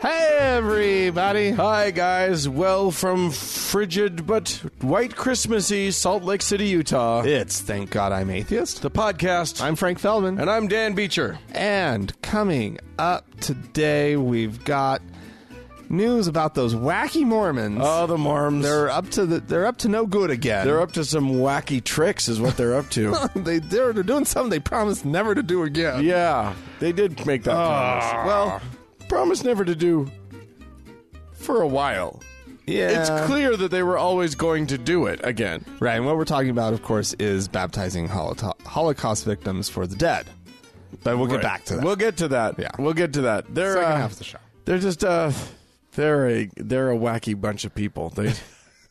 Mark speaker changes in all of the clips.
Speaker 1: Hey, everybody.
Speaker 2: Hi, guys. Well, from frigid but white Christmassy Salt Lake City, Utah,
Speaker 1: It's Thank God I'm Atheist.
Speaker 2: the podcast.
Speaker 1: I'm Frank Feldman.
Speaker 2: and I'm Dan Beecher.
Speaker 1: And coming up today, we've got news about those wacky Mormons.
Speaker 2: Oh, the Morms. They're,
Speaker 1: they're up to the, they're up to no good again.
Speaker 2: they're up to some wacky tricks, is what they're up to.
Speaker 1: they they're, they're doing something they promised never to do again.
Speaker 2: yeah, they did make that
Speaker 1: Ah.
Speaker 2: promise. Well, promise never to do for a while.
Speaker 1: Yeah.
Speaker 2: It's clear that they were always going to do it again.
Speaker 1: Right, and what we're talking about, of course, is baptizing Holoto- Holocaust victims for the dead. But we'll get
Speaker 2: Right.
Speaker 1: back to that.
Speaker 2: We'll get to that.
Speaker 1: Yeah.
Speaker 2: we'll get to that. They're
Speaker 1: Second
Speaker 2: uh,
Speaker 1: half of the show.
Speaker 2: They're just uh, they're a they're a wacky bunch of people. They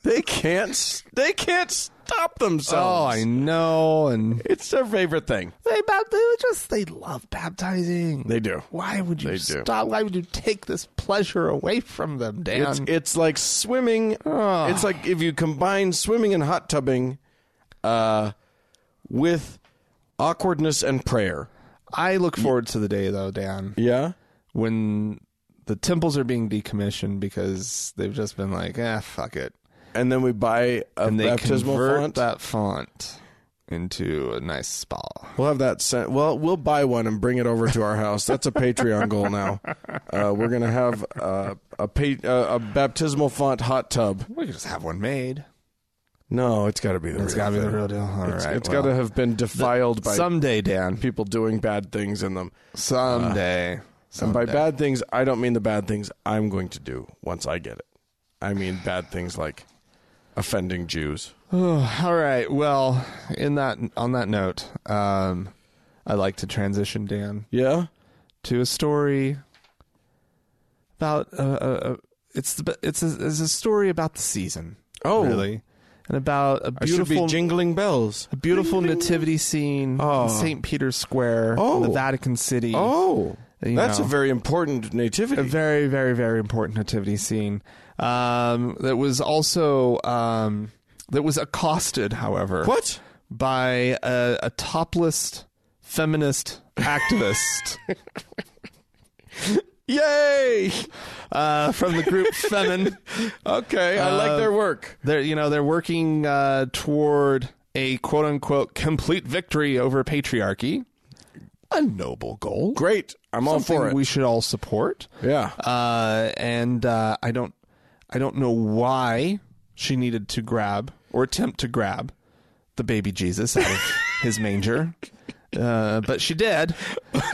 Speaker 2: they can't s- they can't stop
Speaker 1: oh,
Speaker 2: themselves.
Speaker 1: I know, and
Speaker 2: it's their favorite thing.
Speaker 1: they bap- they just they love baptizing.
Speaker 2: They do.
Speaker 1: Why would you
Speaker 2: They do.
Speaker 1: stop? Why would you take this pleasure away from them, Dan?
Speaker 2: It's it's like swimming.
Speaker 1: Ugh.
Speaker 2: It's like if you combine swimming and hot tubbing, uh, with awkwardness and prayer.
Speaker 1: I look forward to the day though, Dan,
Speaker 2: Yeah.
Speaker 1: when the temples are being decommissioned because they've just been like, ah, fuck it,
Speaker 2: And then we buy a
Speaker 1: and they
Speaker 2: baptismal
Speaker 1: convert
Speaker 2: font.
Speaker 1: that font into a nice spa.
Speaker 2: We'll have that sent. Well, we'll buy one and bring it over to our house. That's a Patreon goal now. Uh, we're gonna have uh, a pa- uh, a baptismal font hot tub.
Speaker 1: We could just have one made.
Speaker 2: No, it's got to be the.
Speaker 1: It's
Speaker 2: real
Speaker 1: got to be the
Speaker 2: thing.
Speaker 1: real deal. All
Speaker 2: It's,
Speaker 1: right,
Speaker 2: it's
Speaker 1: well,
Speaker 2: got to have been defiled by
Speaker 1: someday, Dan.
Speaker 2: people doing bad things in them.
Speaker 1: Someday.
Speaker 2: Uh, And
Speaker 1: Someday.
Speaker 2: by bad things, I don't mean the bad things I'm going to do once I get it. I mean bad things like offending Jews.
Speaker 1: All right. Well, in that on that note, um, I'd like to transition Dan
Speaker 2: Yeah.
Speaker 1: to a story about uh, uh, uh, it's the, it's a, it's a story about the season.
Speaker 2: Oh.
Speaker 1: really? And about a
Speaker 2: I should be
Speaker 1: beautiful
Speaker 2: jingling bells.
Speaker 1: a beautiful nativity scene
Speaker 2: Oh.
Speaker 1: in St. Peter's Square in the
Speaker 2: Oh.
Speaker 1: Vatican City.
Speaker 2: Oh,
Speaker 1: You
Speaker 2: that's
Speaker 1: know.
Speaker 2: a very important nativity.
Speaker 1: A very, very, very important nativity scene. Um, that was also um, that was accosted, however,
Speaker 2: what?
Speaker 1: by a, a topless feminist activist
Speaker 2: Yay!
Speaker 1: uh, from the group Femin.
Speaker 2: Okay, I
Speaker 1: Uh,
Speaker 2: like their work.
Speaker 1: They're you know they're working uh, toward a quote unquote complete victory over patriarchy. A noble goal.
Speaker 2: Great. I'm all
Speaker 1: Something
Speaker 2: for it.
Speaker 1: we should all support.
Speaker 2: yeah.
Speaker 1: Uh, and uh, I don't I don't know why she needed to grab or attempt to grab the baby Jesus out of his manger. Uh, but she did,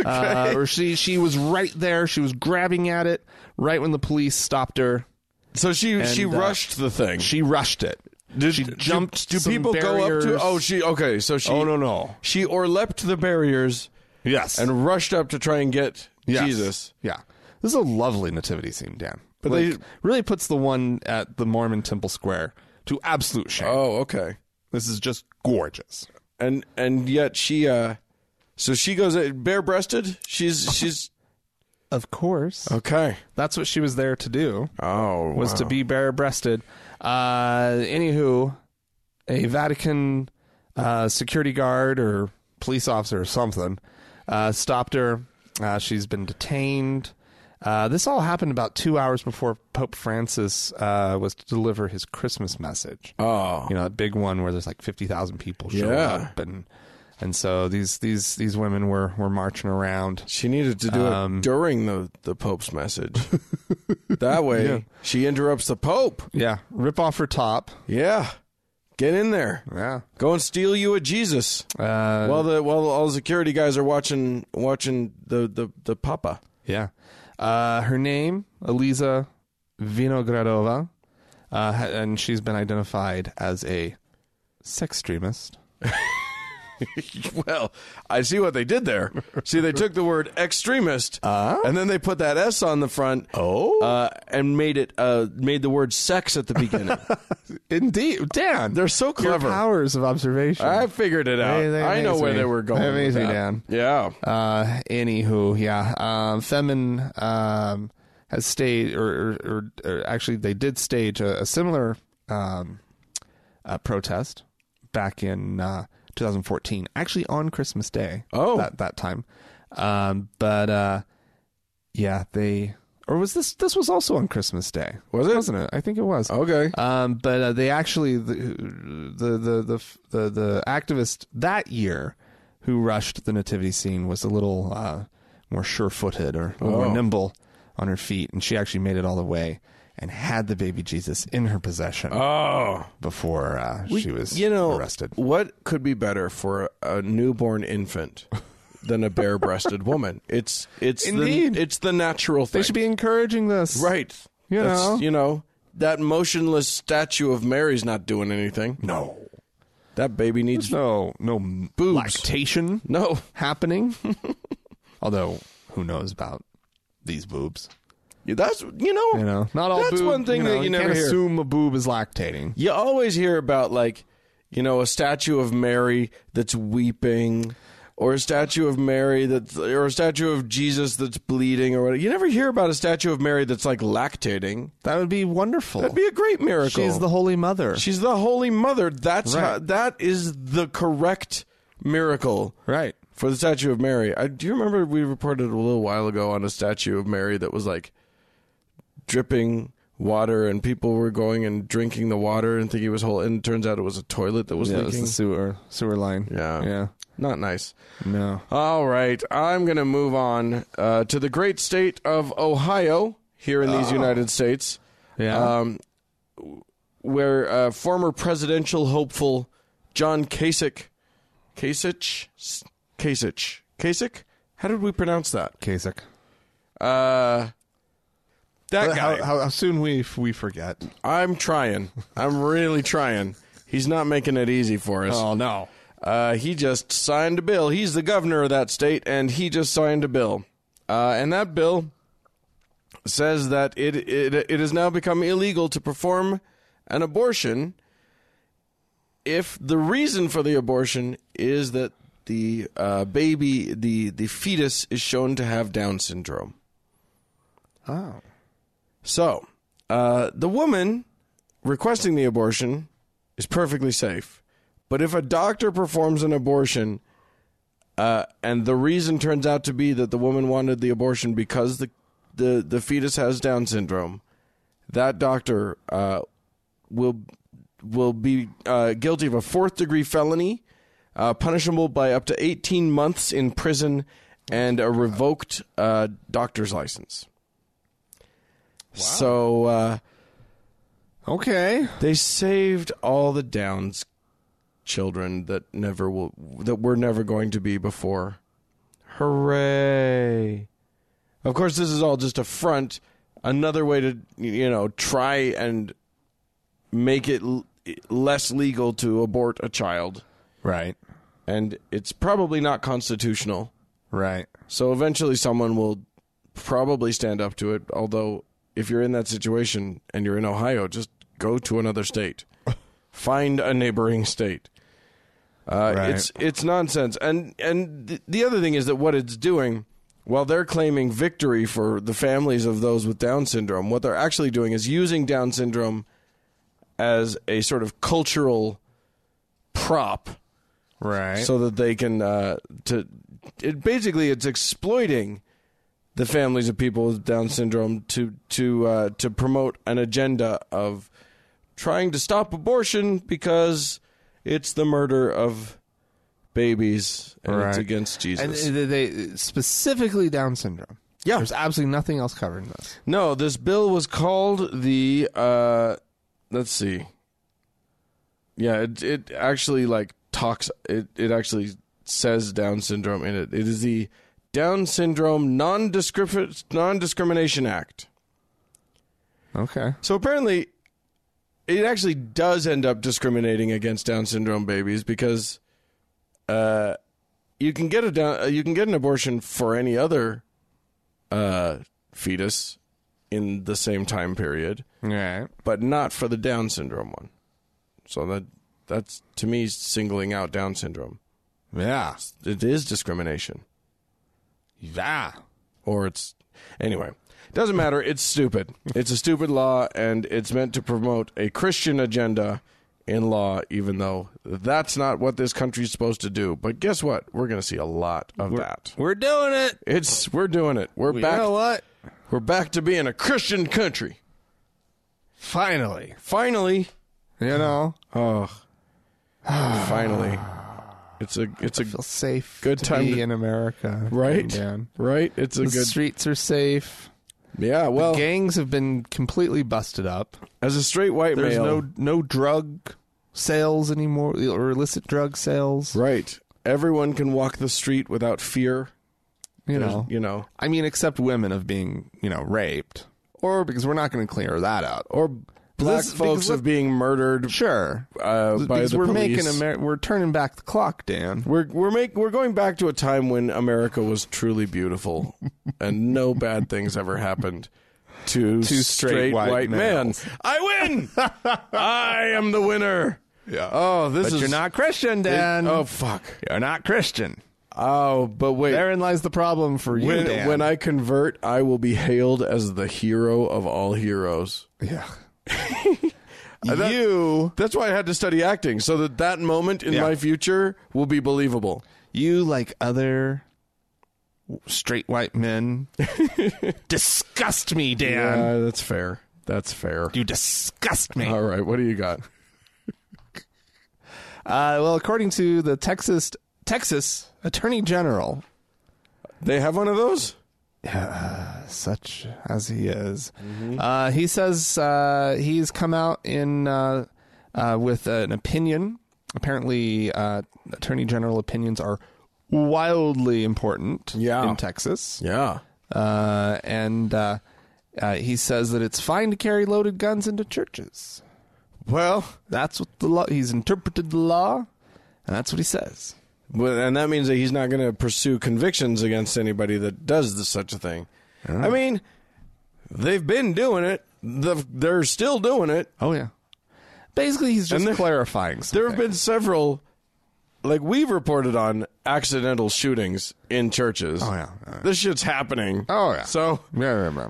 Speaker 1: uh, or she she was right there. She was grabbing at it right when the police stopped her.
Speaker 2: So she she
Speaker 1: uh,
Speaker 2: rushed the thing.
Speaker 1: She rushed it. she
Speaker 2: Do-
Speaker 1: jumped.
Speaker 2: Do,
Speaker 1: some
Speaker 2: people
Speaker 1: barriers.
Speaker 2: go up to? Oh, she okay. So she.
Speaker 1: Oh, no no
Speaker 2: She orleapt the barriers
Speaker 1: yes
Speaker 2: and rushed up to try and get
Speaker 1: Yes.
Speaker 2: Jesus.
Speaker 1: Yeah, this is a lovely nativity scene, Dan. But
Speaker 2: they-
Speaker 1: like, really puts the one at the Mormon Temple Square to absolute shame.
Speaker 2: Oh, okay.
Speaker 1: This is just gorgeous.
Speaker 2: And and yet she. uh So she goes uh, bare-breasted. She's she's
Speaker 1: Of course.
Speaker 2: okay.
Speaker 1: Oh, That's what she was there to do,
Speaker 2: Oh,
Speaker 1: was to be bare breasted. Uh, anywho, a Vatican uh, security guard or police officer or something uh, stopped her. Uh, she's been detained. Uh, this all happened about two hours before Pope Francis uh, was to deliver his Christmas message.
Speaker 2: oh,
Speaker 1: you know, that big one where there's like fifty thousand people showing
Speaker 2: Yeah.
Speaker 1: up, and and so these these these women were were marching around.
Speaker 2: she needed to do it during the the Pope's message. that way, she interrupts the Pope.
Speaker 1: Yeah, rip off her top.
Speaker 2: Yeah, get in there.
Speaker 1: Yeah.
Speaker 2: Go and steal you a Jesus.
Speaker 1: Uh,
Speaker 2: while the while all the security guys are watching watching the the, the Papa.
Speaker 1: yeah. Uh, her name, Eliza Vinogradova, uh, ha- and she's been identified as a sex extremist.
Speaker 2: well, I see what they did there. See, they took the word extremist and then they put that S on the front.
Speaker 1: Oh.
Speaker 2: uh, and made it uh, made the word sex at the beginning.
Speaker 1: Indeed. Dan,
Speaker 2: They're so clever. Uh.
Speaker 1: Your powers of observation.
Speaker 2: I figured it out.
Speaker 1: They- they
Speaker 2: I know
Speaker 1: amaze
Speaker 2: where
Speaker 1: me.
Speaker 2: they were going.
Speaker 1: They
Speaker 2: with
Speaker 1: amaze me,
Speaker 2: that.
Speaker 1: Dan.
Speaker 2: Yeah.
Speaker 1: Uh, anywho, yeah, um, Femin um, has stayed, or, or, or, or actually, they did stage a, a similar um, uh, protest back in uh, 2014, actually on Christmas Day.
Speaker 2: Oh.
Speaker 1: that that time. Um, but uh, yeah, they or was this this was also on Christmas Day?
Speaker 2: Was it? Oh.
Speaker 1: Wasn't it? I think it was.
Speaker 2: Okay.
Speaker 1: Um, but uh, they actually the the the the the, the activist that year who rushed the nativity scene was a little uh, more sure-footed or a little more
Speaker 2: Oh.
Speaker 1: nimble on her feet, and she actually made it all the way and had the baby Jesus in her possession
Speaker 2: Oh.
Speaker 1: before uh, she was
Speaker 2: you know,
Speaker 1: arrested.
Speaker 2: What could be better for a newborn infant than a bare-breasted woman? It's it's
Speaker 1: Indeed.
Speaker 2: the it's the natural thing.
Speaker 1: They should be encouraging this,
Speaker 2: right.
Speaker 1: You
Speaker 2: That's-
Speaker 1: know.
Speaker 2: you know that motionless statue of Mary's not doing anything.
Speaker 1: No,
Speaker 2: That baby needs
Speaker 1: no, no
Speaker 2: Boobs.
Speaker 1: lactation
Speaker 2: no.
Speaker 1: happening. Although, who knows about these boobs?
Speaker 2: That's you know,
Speaker 1: You know, not all.
Speaker 2: That's
Speaker 1: boob-
Speaker 2: one thing
Speaker 1: you know,
Speaker 2: that you never
Speaker 1: can't
Speaker 2: hear.
Speaker 1: assume a boob is lactating.
Speaker 2: You always hear about like, you know, a statue of Mary that's weeping, or a statue of Mary that's, or a statue of Jesus that's bleeding, or whatever. You never hear about a statue of Mary that's like lactating.
Speaker 1: That would be wonderful.
Speaker 2: That'd be a great miracle.
Speaker 1: She's the Holy Mother,
Speaker 2: She's the Holy Mother. That's
Speaker 1: Right.
Speaker 2: how, that is the correct miracle
Speaker 1: right?
Speaker 2: for the statue of Mary. I, do you remember we reported a little while ago on a statue of Mary that was like dripping water and people were going and drinking the water and thinking it was whole and it turns out it was a toilet that was
Speaker 1: Yeah, it was
Speaker 2: leaking.
Speaker 1: the sewer sewer line.
Speaker 2: Yeah.
Speaker 1: yeah,
Speaker 2: Not nice.
Speaker 1: no.
Speaker 2: All right, I'm going to move on uh, to the great state of Ohio here in these United States.
Speaker 1: Ah. Yeah. Uh,
Speaker 2: Um, where uh, former presidential hopeful John Kasich, Kasich, S- Kasich, Kasich. How did we pronounce that?
Speaker 1: Kasich.
Speaker 2: Uh, that guy.
Speaker 1: How, how, how soon we f- we forget?
Speaker 2: I'm trying. I'm really trying. He's not making it easy for us.
Speaker 1: Oh, no.
Speaker 2: Uh, he just signed a bill. He's the governor of that state, and he just signed a bill. Uh, and that bill says that it, it it has now become illegal to perform an abortion if the reason for the abortion is that the uh, baby, the the fetus, is shown to have Down syndrome.
Speaker 1: Oh,
Speaker 2: So, uh, the woman requesting the abortion is perfectly safe. But if a doctor performs an abortion uh, and the reason turns out to be that the woman wanted the abortion because the, the, the fetus has Down syndrome, that doctor uh, will, will be uh, guilty of a fourth degree felony, uh, punishable by up to 18 months in prison and a revoked uh, doctor's license. So uh,
Speaker 1: okay.
Speaker 2: they saved all the Downs children that never will that were never going to be before. Hooray! Of course, this is all just a front, another way to you know try and make it l- less legal to abort a child,
Speaker 1: Right,
Speaker 2: and it's probably not constitutional.
Speaker 1: right.
Speaker 2: So eventually, someone will probably stand up to it. Although, if you're in that situation and you're in Ohio, just go to another state, find a neighboring state. Uh,
Speaker 1: Right.
Speaker 2: It's it's nonsense. And and th- the other thing is that what it's doing, while they're claiming victory for the families of those with Down syndrome, what they're actually doing is using Down syndrome as a sort of cultural prop
Speaker 1: Right.
Speaker 2: so that they can uh, to it basically it's exploiting the families of people with Down syndrome to to uh, to promote an agenda of trying to stop abortion because it's the murder of babies and it's
Speaker 1: Right. and
Speaker 2: against Jesus.
Speaker 1: they, they specifically Down syndrome.
Speaker 2: Yeah.
Speaker 1: There's absolutely nothing else covering this.
Speaker 2: no, this bill was called the uh, let's see. Yeah, it it actually like talks it it actually says Down syndrome in it. It is the Down syndrome non non discrimination act.
Speaker 1: Okay.
Speaker 2: So apparently, it actually does end up discriminating against Down syndrome babies because, uh, you can get a down, uh, you can get an abortion for any other, uh, fetus, in the same time period,
Speaker 1: Right.
Speaker 2: but not for the Down syndrome one. So that that's to me singling out Down syndrome.
Speaker 1: Yeah.
Speaker 2: It is discrimination,
Speaker 1: Yeah.
Speaker 2: or it's anyway. Doesn't matter. It's stupid. It's a stupid law, and it's meant to promote a Christian agenda in law, even though that's not what this country's supposed to do. But guess what? We're going to see a lot of that.
Speaker 1: We're doing it.
Speaker 2: It's we're doing it. We're
Speaker 1: You
Speaker 2: back.
Speaker 1: know what?
Speaker 2: We're back to being a Christian country.
Speaker 1: Finally,
Speaker 2: Finally.
Speaker 1: you know,
Speaker 2: Oh. Finally. It's a it's a
Speaker 1: feel safe.
Speaker 2: Good
Speaker 1: to
Speaker 2: time
Speaker 1: be
Speaker 2: to-
Speaker 1: in America,
Speaker 2: Right?
Speaker 1: Man.
Speaker 2: right? It's a
Speaker 1: The Oh.
Speaker 2: good
Speaker 1: streets are safe.
Speaker 2: Yeah, well,
Speaker 1: Gangs have been completely busted up.
Speaker 2: as a straight white
Speaker 1: There's
Speaker 2: male,
Speaker 1: no no drug sales anymore or illicit drug sales.
Speaker 2: right. Everyone can walk the street without fear,
Speaker 1: You know,
Speaker 2: you know,
Speaker 1: I mean, except women of being you know raped, or because we're not going to clear that out.
Speaker 2: or black
Speaker 1: because
Speaker 2: folks
Speaker 1: let-
Speaker 2: of being murdered
Speaker 1: Sure,
Speaker 2: uh, by
Speaker 1: because
Speaker 2: the
Speaker 1: we're
Speaker 2: police.
Speaker 1: making Amer- we're turning back the clock, Dan.
Speaker 2: We're we're make we're going back to a time when America was truly beautiful, and no bad things ever happened to
Speaker 1: To straight white
Speaker 2: men.
Speaker 1: males.
Speaker 2: I win. I am the winner.
Speaker 1: Yeah.
Speaker 2: Oh, this
Speaker 1: but
Speaker 2: is
Speaker 1: you're not Christian, Dan.
Speaker 2: Oh fuck.
Speaker 1: you're not Christian.
Speaker 2: Oh, but wait.
Speaker 1: Therein lies the problem for you,
Speaker 2: when
Speaker 1: Dan.
Speaker 2: when I convert, I will be hailed as the hero of all heroes.
Speaker 1: yeah.
Speaker 2: that-
Speaker 1: you
Speaker 2: That's why I had to study acting, so that that moment in
Speaker 1: Yeah.
Speaker 2: my future will be believable.
Speaker 1: you like other straight white men disgust me, Dan.
Speaker 2: Yeah, Uh, that's fair. That's fair.
Speaker 1: You disgust me.
Speaker 2: All right, what do you got?
Speaker 1: Uh, well, according to the Texas Texas Attorney General,
Speaker 2: They have one of those.
Speaker 1: uh, such as he is,
Speaker 2: Mm-hmm.
Speaker 1: uh, he says uh, he's come out in uh, uh, with an opinion. Apparently, uh, Attorney General opinions are wildly important
Speaker 2: Yeah.
Speaker 1: in Texas.
Speaker 2: Yeah.
Speaker 1: Uh, and uh, uh, he says that it's fine to carry loaded guns into churches.
Speaker 2: Well,
Speaker 1: That's what the law. He's interpreted the law, and that's what he says.
Speaker 2: Well, and that means that he's not going to pursue convictions against anybody that does this, such a thing. I mean, they've been doing it. The, they're still doing it.
Speaker 1: Oh yeah. Basically, he's just
Speaker 2: And there-
Speaker 1: clarifying.
Speaker 2: There
Speaker 1: Something.
Speaker 2: have been several, like we've reported on, accidental shootings in churches. Oh
Speaker 1: yeah. Oh, yeah.
Speaker 2: this shit's happening.
Speaker 1: Oh, yeah.
Speaker 2: So
Speaker 1: Yeah, yeah, yeah.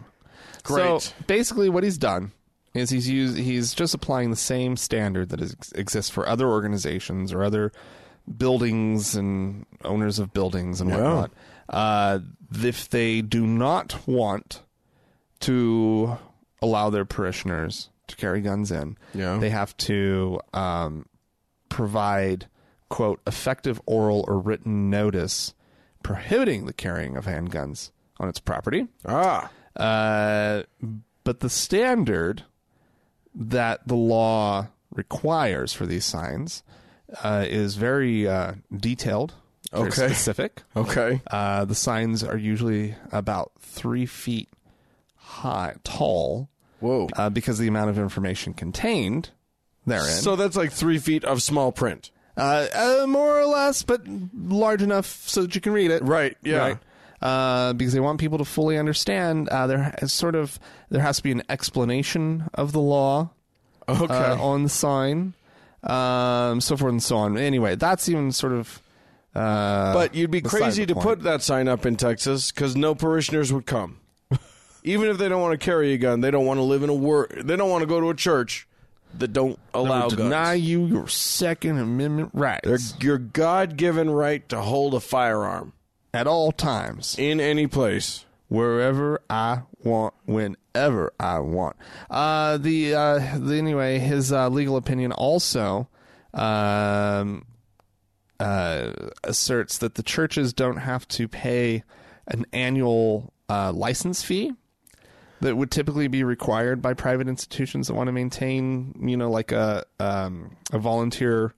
Speaker 2: Great.
Speaker 1: So basically, what he's done is he's used, he's just applying the same standard that is, exists for other organizations or other buildings and owners of buildings and whatnot. Uh, if they do not want to allow their parishioners to carry guns in,
Speaker 2: Yeah.
Speaker 1: they have to um, provide quote effective oral or written notice prohibiting the carrying of handguns on its property.
Speaker 2: ah,
Speaker 1: Uh, but the standard that the law requires for these signs uh, is very uh, detailed, very
Speaker 2: Okay.
Speaker 1: specific.
Speaker 2: okay,
Speaker 1: Uh, the signs are usually about three feet high, tall,
Speaker 2: whoa.
Speaker 1: uh, because of the amount of information contained therein.
Speaker 2: So that's like three feet of small print.
Speaker 1: uh, uh, more or less, but large enough so that you can read it.
Speaker 2: Right. Yeah.
Speaker 1: right? Uh, because they want people to fully understand. Uh, there is sort of there has to be an explanation of the law
Speaker 2: Okay.
Speaker 1: uh, on the sign, um, so forth and so on. Anyway, that's even sort of. Uh,
Speaker 2: But you'd be
Speaker 1: beside
Speaker 2: crazy
Speaker 1: the
Speaker 2: to
Speaker 1: point.
Speaker 2: put that sign up in Texas because no parishioners would come. Even if they don't want to carry a gun, they don't want to live in a wor They don't want to go to a church that don't allow guns.
Speaker 1: deny you your Second Amendment rights
Speaker 2: They're- your God-given right to hold a firearm
Speaker 1: at all times,
Speaker 2: in any place.
Speaker 1: wherever I want, whenever I want. Uh, the, uh, the anyway, his uh, legal opinion also um, uh, asserts that the churches don't have to pay an annual uh, license fee that would typically be required by private institutions that want to maintain, you know, like a um, a volunteer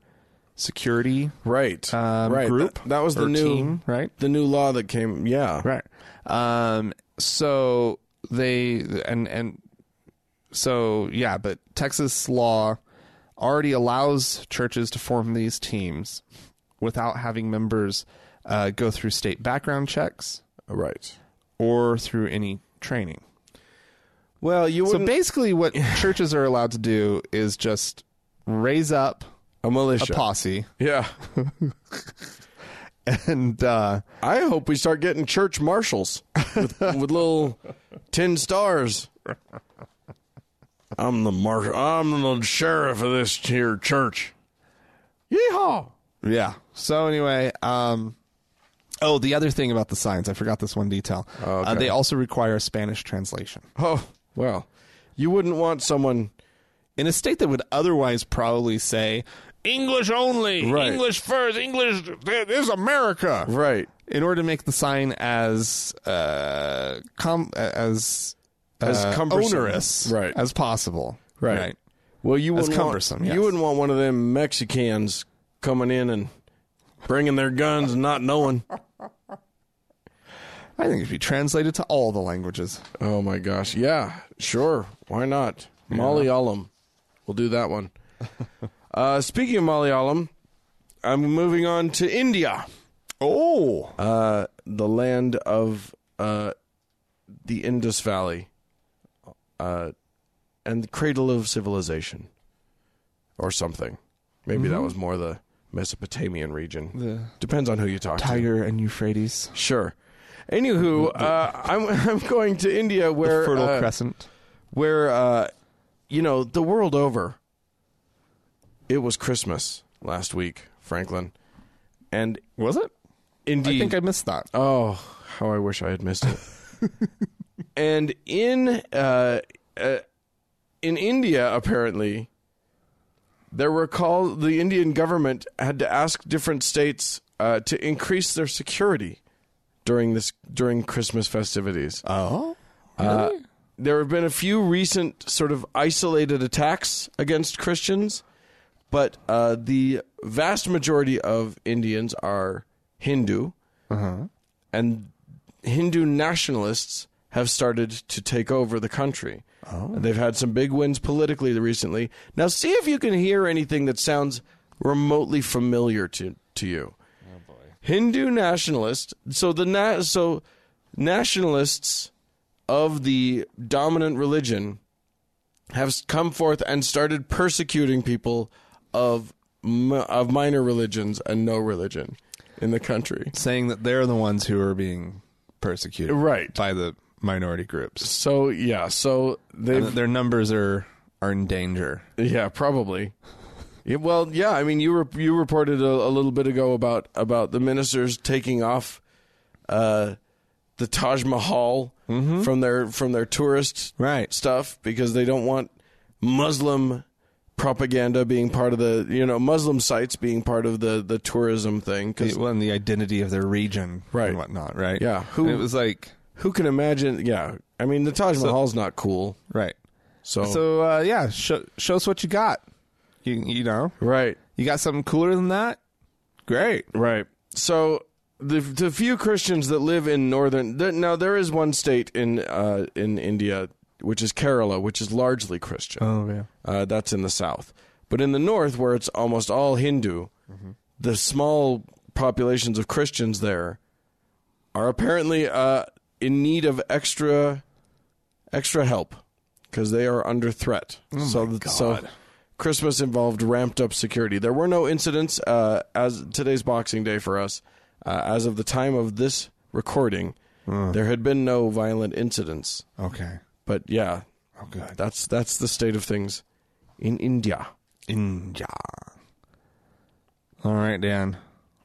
Speaker 1: security
Speaker 2: Right.
Speaker 1: um,
Speaker 2: right.
Speaker 1: group.
Speaker 2: That, that was the
Speaker 1: or
Speaker 2: new
Speaker 1: team, right?
Speaker 2: the new law that came. Yeah.
Speaker 1: Right. Um, so they and and so yeah, but Texas law already allows churches to form these teams without having members uh, go through state background checks
Speaker 2: Right.
Speaker 1: or through any training.
Speaker 2: Well, you
Speaker 1: So
Speaker 2: wouldn't
Speaker 1: basically, what churches are allowed to do is just raise up
Speaker 2: a militia.
Speaker 1: a posse
Speaker 2: yeah.
Speaker 1: and uh,
Speaker 2: I hope we start getting church marshals with, with little tin stars. I'm the marshal. I'm the sheriff of this here church. Yeehaw!
Speaker 1: Yeah. So anyway, um, Oh, the other thing about the signs, I forgot this one detail. Uh,
Speaker 2: Oh, okay.
Speaker 1: they also require a Spanish translation.
Speaker 2: Oh, well, you wouldn't want someone.
Speaker 1: In a state that would otherwise probably say, English only,
Speaker 2: Right.
Speaker 1: English first, English this is America.
Speaker 2: Right.
Speaker 1: In order to make the sign as uh, com- as
Speaker 2: As
Speaker 1: uh,
Speaker 2: cumbersome.
Speaker 1: onerous
Speaker 2: Right.
Speaker 1: as possible.
Speaker 2: Right. Well, you
Speaker 1: That's
Speaker 2: wouldn't
Speaker 1: cumbersome,
Speaker 2: Want,
Speaker 1: yes.
Speaker 2: You wouldn't want one of them Mexicans coming in and bringing their guns and not knowing.
Speaker 1: I think it should be translated to all the languages.
Speaker 2: Oh my gosh! Yeah, sure. Why not? Molly Ollum. We'll do that one. uh, speaking of Molly Ollum, I'm moving on to India,
Speaker 1: Oh.
Speaker 2: uh, the land of uh, the Indus Valley, uh, and the cradle of civilization, or something. Maybe
Speaker 1: Mm-hmm.
Speaker 2: that was more the Mesopotamian region.
Speaker 1: The
Speaker 2: Depends on who you talk to.
Speaker 1: Tiger and Euphrates.
Speaker 2: Sure. Anywho, uh, I'm I'm going to India where
Speaker 1: Fertile
Speaker 2: uh,
Speaker 1: Crescent.
Speaker 2: where uh, you know the world over it was christmas last week franklin and
Speaker 1: Was it?
Speaker 2: indeed
Speaker 1: I think I missed that.
Speaker 2: oh how i wish i had missed it and in uh, uh, in india apparently there were calls the indian government had to ask different states uh, to increase their security during this during christmas festivities
Speaker 1: Oh.
Speaker 2: uh, there have been a few recent sort of isolated attacks against Christians, but uh, the vast majority of Indians are Hindu, and Hindu nationalists have started to take over the country. And they've had some big wins politically recently. Now, see if you can hear anything that sounds remotely familiar to, to you. Hindu nationalist. So the na- so nationalists of the dominant religion have s- come forth and started persecuting people of m- of minor religions and no religion in the country.
Speaker 1: saying that they're the ones who are being persecuted
Speaker 2: Right.
Speaker 1: by the minority groups
Speaker 2: So yeah, so
Speaker 1: and
Speaker 2: they've
Speaker 1: that their numbers are are in danger
Speaker 2: Yeah, probably. Yeah, well, yeah. I mean, you rep- you reported a, a little bit ago about about the ministers taking off uh, the Taj Mahal from their from their tourist
Speaker 1: Right.
Speaker 2: stuff because they don't want Muslim propaganda being part of the you know Muslim sites being part of the the tourism thing.
Speaker 1: The-
Speaker 2: 'cause
Speaker 1: well and the identity of their region
Speaker 2: Right.
Speaker 1: and whatnot right
Speaker 2: Yeah, who-
Speaker 1: And it was like
Speaker 2: who can imagine? Yeah, I mean, the Taj Mahal's not cool.
Speaker 1: right
Speaker 2: So,
Speaker 1: so uh, yeah show, show us what you got you, you know
Speaker 2: right.
Speaker 1: you got something cooler than that great
Speaker 2: Right. So the the few Christians that live in northern th- now there is one state in uh, in India which is Kerala, which is largely Christian.
Speaker 1: oh yeah
Speaker 2: Uh, that's in the south, but in the north where it's almost all Hindu, the small populations of Christians there are apparently uh, in need of extra extra help because they are under threat. so, th- so Christmas involved ramped up security. There were no incidents uh, as today's Boxing Day for us. Uh, as of the time of this recording, there had been no violent incidents.
Speaker 1: okay
Speaker 2: But yeah,
Speaker 1: oh good
Speaker 2: that's that's the state of things in India.
Speaker 1: india all right dan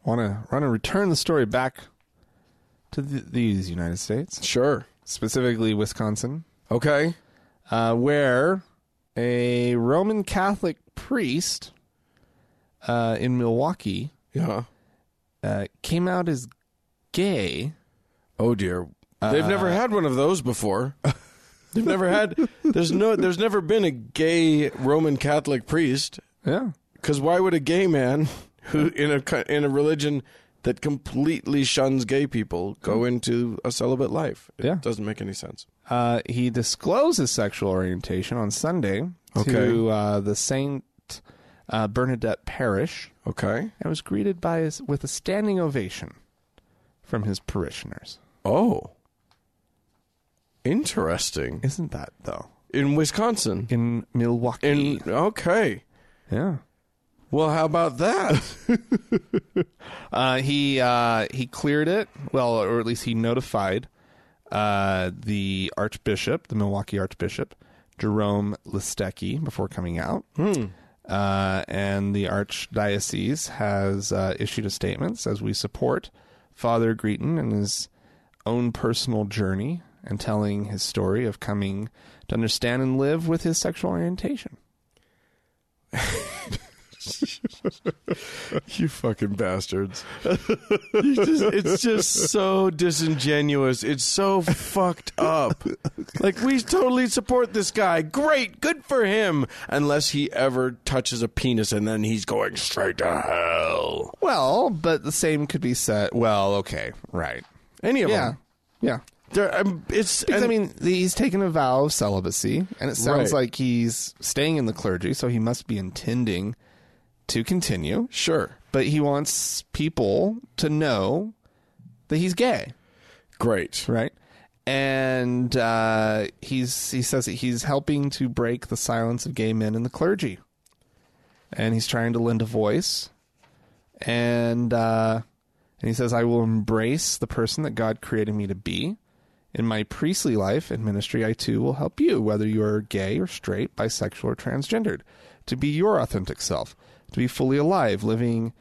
Speaker 1: want to want to return the story back to th- these united states
Speaker 2: Sure.
Speaker 1: specifically Wisconsin,
Speaker 2: Okay.
Speaker 1: uh, where a Roman Catholic priest uh, in Milwaukee
Speaker 2: Yeah.
Speaker 1: uh, came out as gay.
Speaker 2: Oh dear. They've never had one of those before. They've never had. There's no. There's never been a gay Roman Catholic priest.
Speaker 1: Yeah.
Speaker 2: Because why would a gay man who in a co- in a religion that completely shuns gay people go into a celibate life? It
Speaker 1: Yeah.
Speaker 2: doesn't make any sense.
Speaker 1: Uh, he disclosed his sexual orientation on Sunday to
Speaker 2: Okay.
Speaker 1: uh, the Saint uh, Bernadette Parish
Speaker 2: Okay.
Speaker 1: and was greeted by his, with a standing ovation from his parishioners.
Speaker 2: Oh. Interesting.
Speaker 1: Isn't that though?
Speaker 2: In Wisconsin.
Speaker 1: In Milwaukee.
Speaker 2: In okay.
Speaker 1: yeah.
Speaker 2: Well, how about that?
Speaker 1: Uh, he uh, he cleared it. Well, or at least he notified uh, the Archbishop, the Milwaukee Archbishop Jerome Listecki, before coming out. Uh, and the Archdiocese has uh, issued a statement says we support Father Greeton and his own personal journey and telling his story of coming to understand and live with his sexual orientation.
Speaker 2: You fucking bastards. You just- it's just so disingenuous. It's so fucked up. Like, we totally support this guy. Great. Good for him. Unless he ever touches a penis and then he's going straight to hell.
Speaker 1: Well, but the same could be said. Well, okay, right.
Speaker 2: Any of
Speaker 1: Yeah.
Speaker 2: them.
Speaker 1: Yeah.
Speaker 2: There, um, it's,
Speaker 1: Because,
Speaker 2: and-
Speaker 1: I mean, the- he's taken a vow of celibacy, and it sounds
Speaker 2: Right.
Speaker 1: like he's staying in the clergy, so he must be intending to continue.
Speaker 2: sure.
Speaker 1: But he wants people to know that he's gay,
Speaker 2: Great.
Speaker 1: right? And uh, he's he says that he's helping to break the silence of gay men in the clergy, and he's trying to lend a voice. And uh, and he says, "I will embrace the person that God created me to be." In my priestly life and ministry, I too will help you, whether you are gay or straight, bisexual or transgendered, to be your authentic self, to be fully alive, living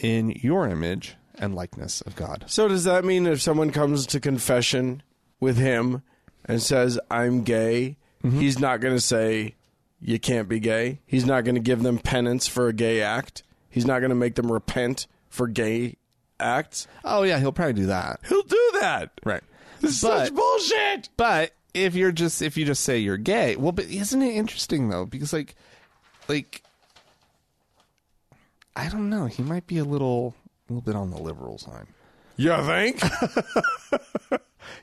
Speaker 1: in your image and likeness of God.
Speaker 2: So does that mean if someone comes to confession with him and says I'm gay,
Speaker 1: Mm-hmm.
Speaker 2: he's not going to say you can't be gay. He's not going to give them penance for a gay act. He's not going to make them repent for gay acts.
Speaker 1: Oh yeah, he'll probably do that.
Speaker 2: He'll do that.
Speaker 1: Right.
Speaker 2: This is
Speaker 1: But-
Speaker 2: such bullshit.
Speaker 1: But if you're just if you just say you're gay, well, but isn't it interesting though? Because like, like, I don't know. He might be a little, a little bit on the liberal side.
Speaker 2: You think?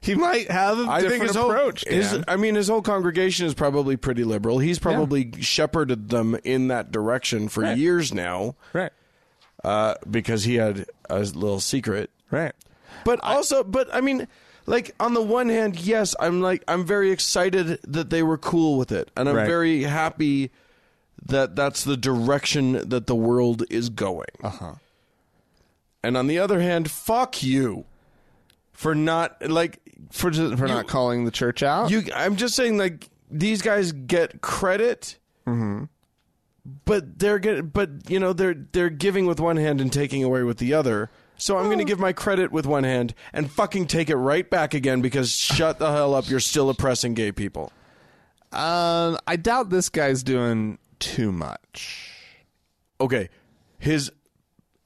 Speaker 1: He might have a
Speaker 2: I
Speaker 1: different
Speaker 2: think his
Speaker 1: approach.
Speaker 2: whole his,
Speaker 1: Dan.
Speaker 2: I mean his whole congregation is probably pretty liberal. He's probably shepherded them in that direction for years now
Speaker 1: right.
Speaker 2: uh, because he had a little secret.
Speaker 1: Right.
Speaker 2: But also, but I mean, like on the one hand, yes, I'm like I'm very excited that they were cool with it, and I'm
Speaker 1: Right.
Speaker 2: very happy that that's the direction that the world is going. Uh huh. And on the other hand, fuck you for not like
Speaker 1: For just, for not calling the church out.
Speaker 2: you. I'm just saying, like these guys get credit.
Speaker 1: Mm-hmm.
Speaker 2: But they're get, but you know they're they're giving with one hand and taking away with the other. So I'm going to give my credit with one hand and fucking take it right back again because shut the hell up, you're still oppressing gay people.
Speaker 1: Um, I doubt this guy's doing too much.
Speaker 2: Okay, his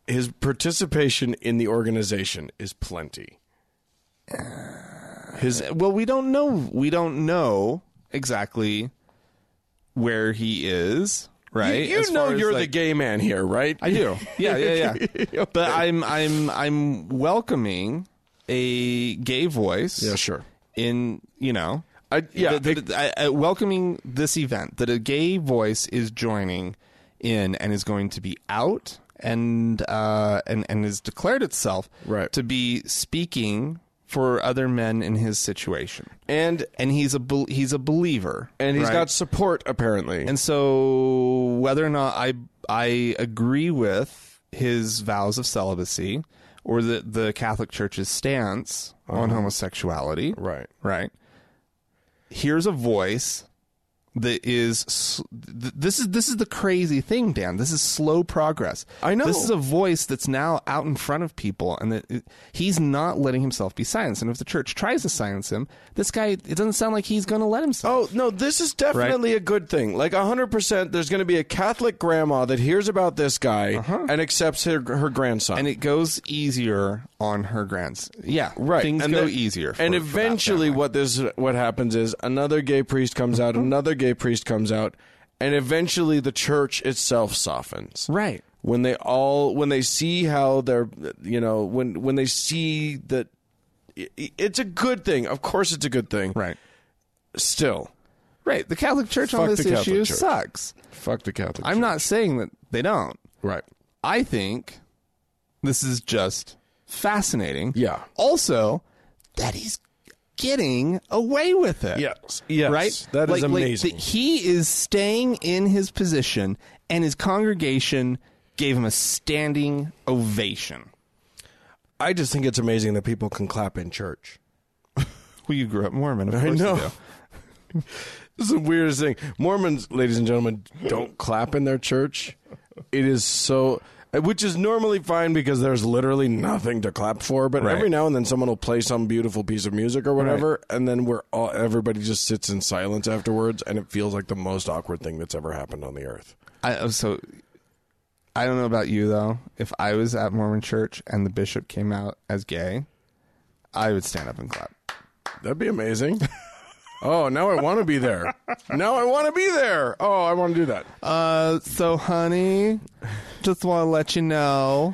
Speaker 2: his participation in the organization is plenty. His
Speaker 1: Well, we don't know. We don't know exactly where he is. Right.
Speaker 2: you
Speaker 1: As
Speaker 2: know
Speaker 1: far as,
Speaker 2: you're the
Speaker 1: like-
Speaker 2: gay man here, right?
Speaker 1: I do. Yeah, yeah, yeah. But I'm I'm I'm welcoming a gay voice.
Speaker 2: Yeah, sure.
Speaker 1: In you know,
Speaker 2: I yeah.
Speaker 1: that- that- I- I- welcoming this event that a gay voice is joining in and is going to be out and uh and and has declared itself
Speaker 2: Right.
Speaker 1: to be speaking for other men in his situation.
Speaker 2: and
Speaker 1: And he's a bel he's a believer,
Speaker 2: and he's
Speaker 1: right?
Speaker 2: got support apparently.
Speaker 1: And so, whether or not I I agree with his vows of celibacy or the the Catholic Church's stance
Speaker 2: Uh-huh.
Speaker 1: on homosexuality,
Speaker 2: right.
Speaker 1: right? Here's a voice that is s- th- this is this is the crazy thing, Dan. This is slow progress.
Speaker 2: I know.
Speaker 1: This is a voice that's now out in front of people, and that it- he's not letting himself be silenced. And if the church tries to silence him, this guy it doesn't sound like he's going to let himself.
Speaker 2: Oh, no, this is definitely a good thing. Like 100% there's going to be a Catholic grandma that hears about this guy and accepts her her grandson.
Speaker 1: Uh-huh. and it goes easier on her grants. Yeah,
Speaker 2: right.
Speaker 1: Things
Speaker 2: and
Speaker 1: go
Speaker 2: the-
Speaker 1: easier. for-
Speaker 2: and
Speaker 1: for that
Speaker 2: eventually
Speaker 1: family. Mm-hmm.
Speaker 2: what this what happens is another gay priest comes out, another gay priest comes out, and eventually the church itself softens.
Speaker 1: right?
Speaker 2: When they all when they see how they're you know, when when they see that i- i- it's a good thing. Of course it's a good thing.
Speaker 1: Right,
Speaker 2: Still.
Speaker 1: right. The Catholic Church on
Speaker 2: Fuck
Speaker 1: this
Speaker 2: the Catholic
Speaker 1: issue
Speaker 2: Church.
Speaker 1: sucks.
Speaker 2: Fuck the Catholic.
Speaker 1: I'm not saying that they don't.
Speaker 2: right.
Speaker 1: I think this is just fascinating.
Speaker 2: Yeah.
Speaker 1: Also, that he's getting away with it.
Speaker 2: Yes. Yes.
Speaker 1: Right?
Speaker 2: That is
Speaker 1: Like- like,
Speaker 2: amazing.
Speaker 1: that he is staying in his position, and his congregation gave him a standing ovation.
Speaker 2: I just think it's amazing that people can clap in church.
Speaker 1: Well, you grew up Mormon. Of course
Speaker 2: know.
Speaker 1: You do.
Speaker 2: This is the weirdest thing. Mormons, ladies and gentlemen, don't clap in their church. It is so. which is normally fine because there's literally nothing to clap for. But
Speaker 1: Right.
Speaker 2: every now and then, someone will play some beautiful piece of music or whatever, and then we're all everybody just sits in silence afterwards, and it feels like the most awkward thing that's ever happened on the earth.
Speaker 1: I oh, so I don't know about you though. If I was at Mormon church and the bishop came out as gay, I would stand up and clap.
Speaker 2: That'd be amazing. oh, now I want to be there. Now I want to be there. Oh, I want to do that.
Speaker 1: Uh, so honey, just want to let you know,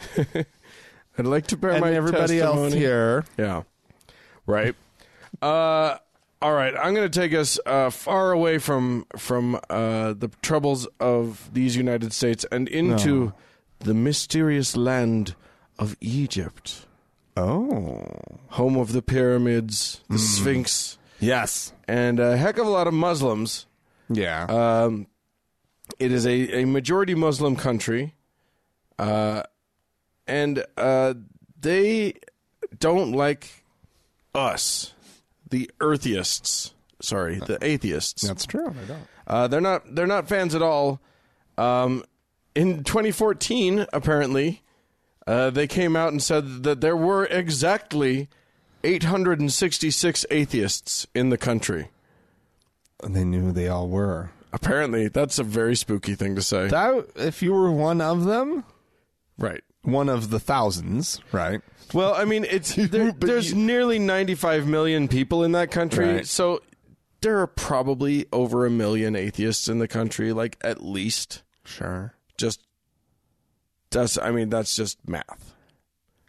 Speaker 2: I'd like to bear
Speaker 1: and
Speaker 2: my
Speaker 1: everybody else
Speaker 2: testimony.
Speaker 1: here.
Speaker 2: Yeah. Right. Uh all right, I'm going to take us uh, far away from from uh, the troubles of these United States and into the mysterious land of Egypt,
Speaker 1: Oh,
Speaker 2: home of the pyramids, the
Speaker 1: Mm.
Speaker 2: Sphinx,
Speaker 1: yes, Uh,
Speaker 2: and a heck of a lot of Muslims.
Speaker 1: yeah.
Speaker 2: Um, it is a, a majority Muslim country, uh, and uh, they don't like us, the eartheists. Sorry, the atheists.
Speaker 1: That's true. I don't.
Speaker 2: Uh, they're not they're not fans at all. Um, in 2014, apparently, uh, they came out and said that there were exactly 866 atheists in the country.
Speaker 1: They knew who they all were.
Speaker 2: Apparently, that's a very spooky thing to say.
Speaker 1: That if you were one of them,
Speaker 2: right.
Speaker 1: one of the thousands, right?
Speaker 2: Well, I mean, it's there,
Speaker 1: But
Speaker 2: there's nearly 95 million people in that country,
Speaker 1: Right.
Speaker 2: so there are probably over a million atheists in the country, like at least.
Speaker 1: Sure.
Speaker 2: Just that's I mean, that's just math.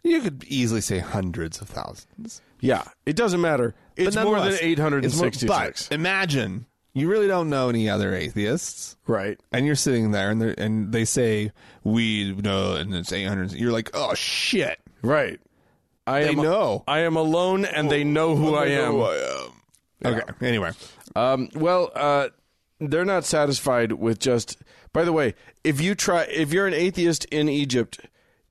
Speaker 1: You could easily say hundreds of thousands.
Speaker 2: Yeah, it doesn't matter. It's more than
Speaker 1: nonetheless, It's more-
Speaker 2: 866.
Speaker 1: But imagine you really don't know any other atheists,
Speaker 2: right.
Speaker 1: and you're sitting there, and they're- and they say we know, and it's eight hundred. You're like, oh shit,
Speaker 2: Right. I
Speaker 1: they
Speaker 2: am
Speaker 1: know
Speaker 2: I am alone and they know who I
Speaker 1: They know
Speaker 2: am.
Speaker 1: who I am. Okay. Anyway,
Speaker 2: Um, well, uh, they're not satisfied with just. By the way, if you try, if you're an atheist in Egypt,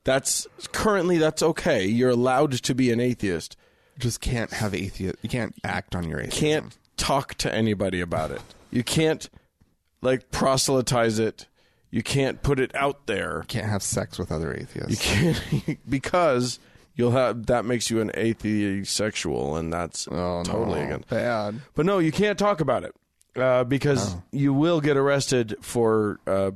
Speaker 2: that's currently that's okay. You're allowed to be an atheist.
Speaker 1: just can't have atheist. You can't act on your atheism.
Speaker 2: Can't talk to anybody about it. You can't like proselytize it. You can't put it out there
Speaker 1: Can't have sex with other atheists.
Speaker 2: because you'll have that makes you an atheisexual, and that's
Speaker 1: oh,
Speaker 2: totally
Speaker 1: no.
Speaker 2: against.
Speaker 1: bad.
Speaker 2: But no, you can't talk about it uh, because you will get arrested for uh,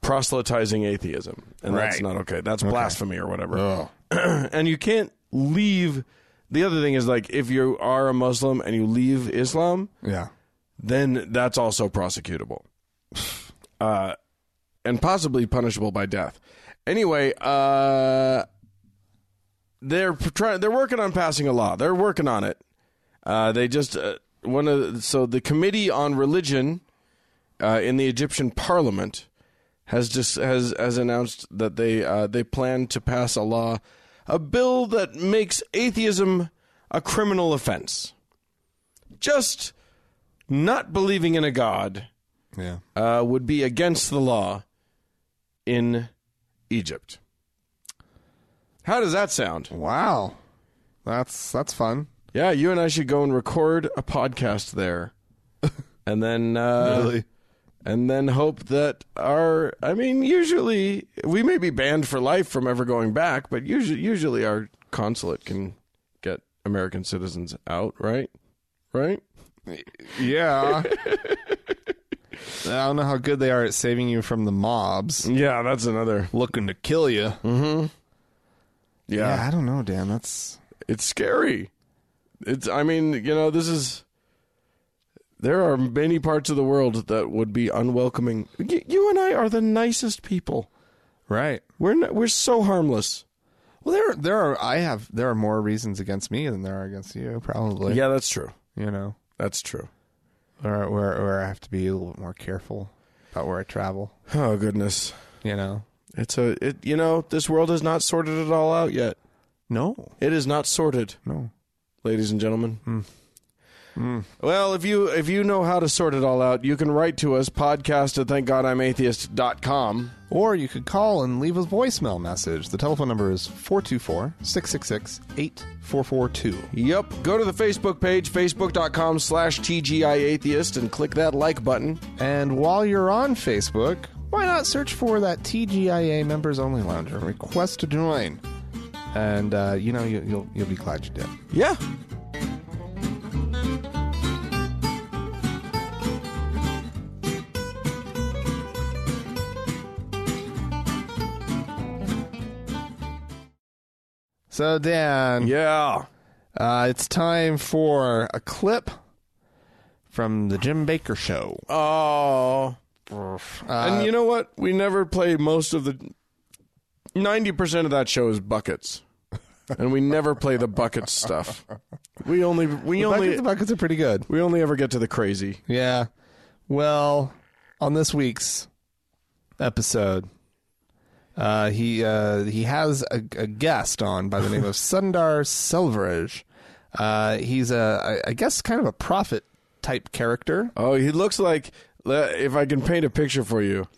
Speaker 2: proselytizing atheism, and that's
Speaker 1: Right.
Speaker 2: not okay. That's blasphemy or whatever.
Speaker 1: Oh,
Speaker 2: and you can't leave. The other thing is like if you are a Muslim and you leave Islam,
Speaker 1: yeah.
Speaker 2: then that's also prosecutable, uh, and possibly punishable by death. Anyway, uh, they're p- trying. They're working on passing a law. They're working on it. Uh, they just uh, one of the- so the committee on religion uh, in the Egyptian parliament has just has has announced that they uh, they plan to pass a law, a bill that makes atheism a criminal offense. Just not believing in a god
Speaker 1: Yeah.
Speaker 2: uh, would be against the law in Egypt. How does that sound?
Speaker 1: Wow. That's that's fun.
Speaker 2: Yeah, you and I should go and record a podcast there, and then uh, and then hope that our I mean, usually we may be banned for life from ever going back, but usually usually our consulate can get American citizens out, right? Right?
Speaker 1: Yeah. I don't know how good they are at saving you from the mobs
Speaker 2: Yeah, that's another.
Speaker 1: looking to kill you.
Speaker 2: yeah.
Speaker 1: I don't know, Dan. That's
Speaker 2: it's scary. It's I mean, you know, this is there are many parts of the world that would be unwelcoming. Y- you and I are the nicest people.
Speaker 1: right.
Speaker 2: We're not, we're so harmless.
Speaker 1: Well, there there are I have there are more reasons against me than there are against you, probably.
Speaker 2: Yeah, that's true.
Speaker 1: You know,
Speaker 2: That's true.
Speaker 1: where where where I have to be a little bit more careful about where I travel.
Speaker 2: Oh goodness.
Speaker 1: You know.
Speaker 2: It's a it you know, this world has not sorted it all out yet.
Speaker 1: No.
Speaker 2: It is not sorted,
Speaker 1: No.
Speaker 2: ladies and gentlemen. Hmm. Well, if you if you know how to sort it all out, you can write to us podcast at thankgodimatheist.com.
Speaker 1: Or you could call and leave a voicemail message. The telephone number is 424 666 8442.
Speaker 2: Yep. Go to the Facebook page, facebook.com slash TGI Atheist, and click that like button.
Speaker 1: And while you're on Facebook, why why not search for that TGIA members only lounge and request to join? And uh, you know you, you'll you'll be glad you did.
Speaker 2: Yeah.
Speaker 1: So Dan,
Speaker 2: Yeah.
Speaker 1: uh, it's time for a clip from the Jim Baker Show.
Speaker 2: Oh.
Speaker 1: Uh,
Speaker 2: and you know what? We never play most of the. 90% of that show is buckets. and we never play the buckets stuff. We only. We only.
Speaker 1: buckets, the buckets are pretty good.
Speaker 2: we only ever get to the crazy.
Speaker 1: Yeah. Well, on this week's episode, uh, he uh, he has a, a guest on by the name of Sundar Selvaraj. Uh, he's a, I I guess, kind of a prophet type character.
Speaker 2: Oh, he looks like if I can paint a picture for you.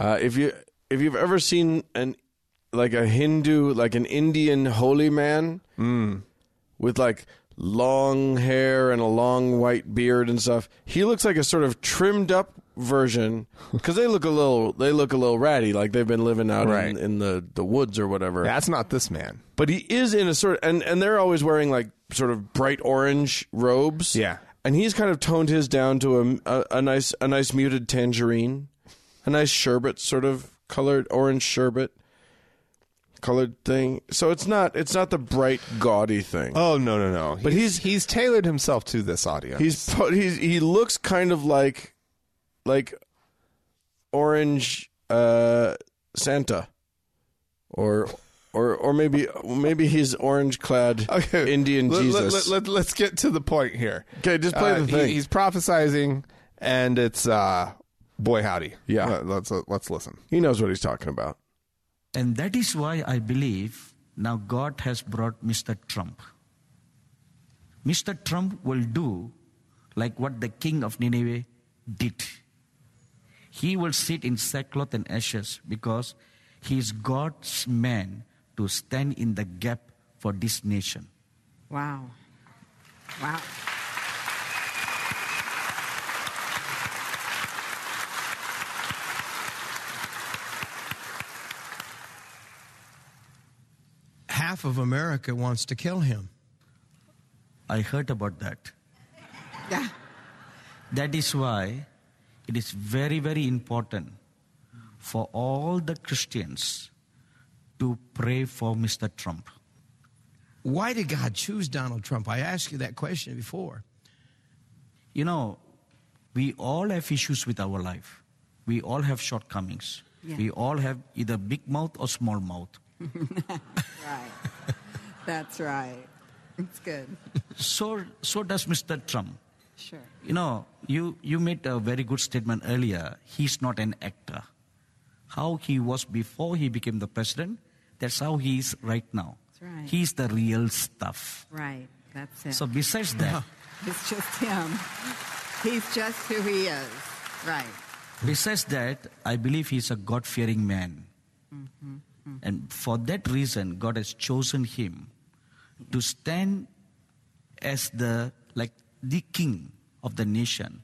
Speaker 2: Uh, if you if you've ever seen an like a Hindu, like an Indian holy man with like long hair and a long white beard and stuff, he looks like a sort of trimmed up version because they look a little they look a little ratty, like they've been living out
Speaker 1: Right.
Speaker 2: in, in the the woods or whatever
Speaker 1: That's not this man.
Speaker 2: but he is in a sort of, and and they're always wearing like sort of bright orange robes.
Speaker 1: Yeah.
Speaker 2: and he's kind of toned his down to a a, a nice a nice muted tangerine, a nice sherbet sort of colored orange sherbet colored thing. So it's not it's not the bright gaudy thing.
Speaker 1: Oh no no no! But
Speaker 2: He's-
Speaker 1: he's he's tailored himself to this audience.
Speaker 2: He's po- he's he looks kind of like like orange uh Santa or or or maybe maybe he's orange clad
Speaker 1: Okay.
Speaker 2: Indian
Speaker 1: Let-
Speaker 2: Jesus.
Speaker 1: Let, us get to the point here.
Speaker 2: Okay, just play
Speaker 1: Uh,
Speaker 2: the
Speaker 1: he-
Speaker 2: thing.
Speaker 1: he's prophesizing, and it's uh, boy howdy.
Speaker 2: Yeah.
Speaker 1: Let- let's let's listen.
Speaker 2: he knows what he's talking about.
Speaker 3: And that is why I believe now God has brought Mr. Trump. Mr. Trump will do like what the king of Nineveh did. He will sit in sackcloth and ashes because he is God's man to stand in the gap for this nation.
Speaker 4: Wow. Wow.
Speaker 5: half of America wants to kill him.
Speaker 3: I heard about that.
Speaker 4: Yeah.
Speaker 3: That is why it is very, very important for all the Christians to pray for Mr. Trump.
Speaker 5: Why did God choose Donald Trump? I asked you that question before.
Speaker 3: You know, we all have issues with our life. We all have shortcomings.
Speaker 4: Yeah.
Speaker 3: We all have either big mouth or small mouth.
Speaker 4: Right. That's right. It's good.
Speaker 3: So, so does Mr. Trump.
Speaker 4: Sure.
Speaker 3: You know, you, you made a very good statement earlier. He's not an actor. How he was before he became the president, that's how he is right now.
Speaker 4: That's right.
Speaker 3: He's the real stuff.
Speaker 4: Right. That's it.
Speaker 3: So besides that,
Speaker 4: it's just him. He's just who he is. Right.
Speaker 3: Besides that, I believe he's a God fearing man. And for that reason, God has chosen him to stand as the like the king of the nation.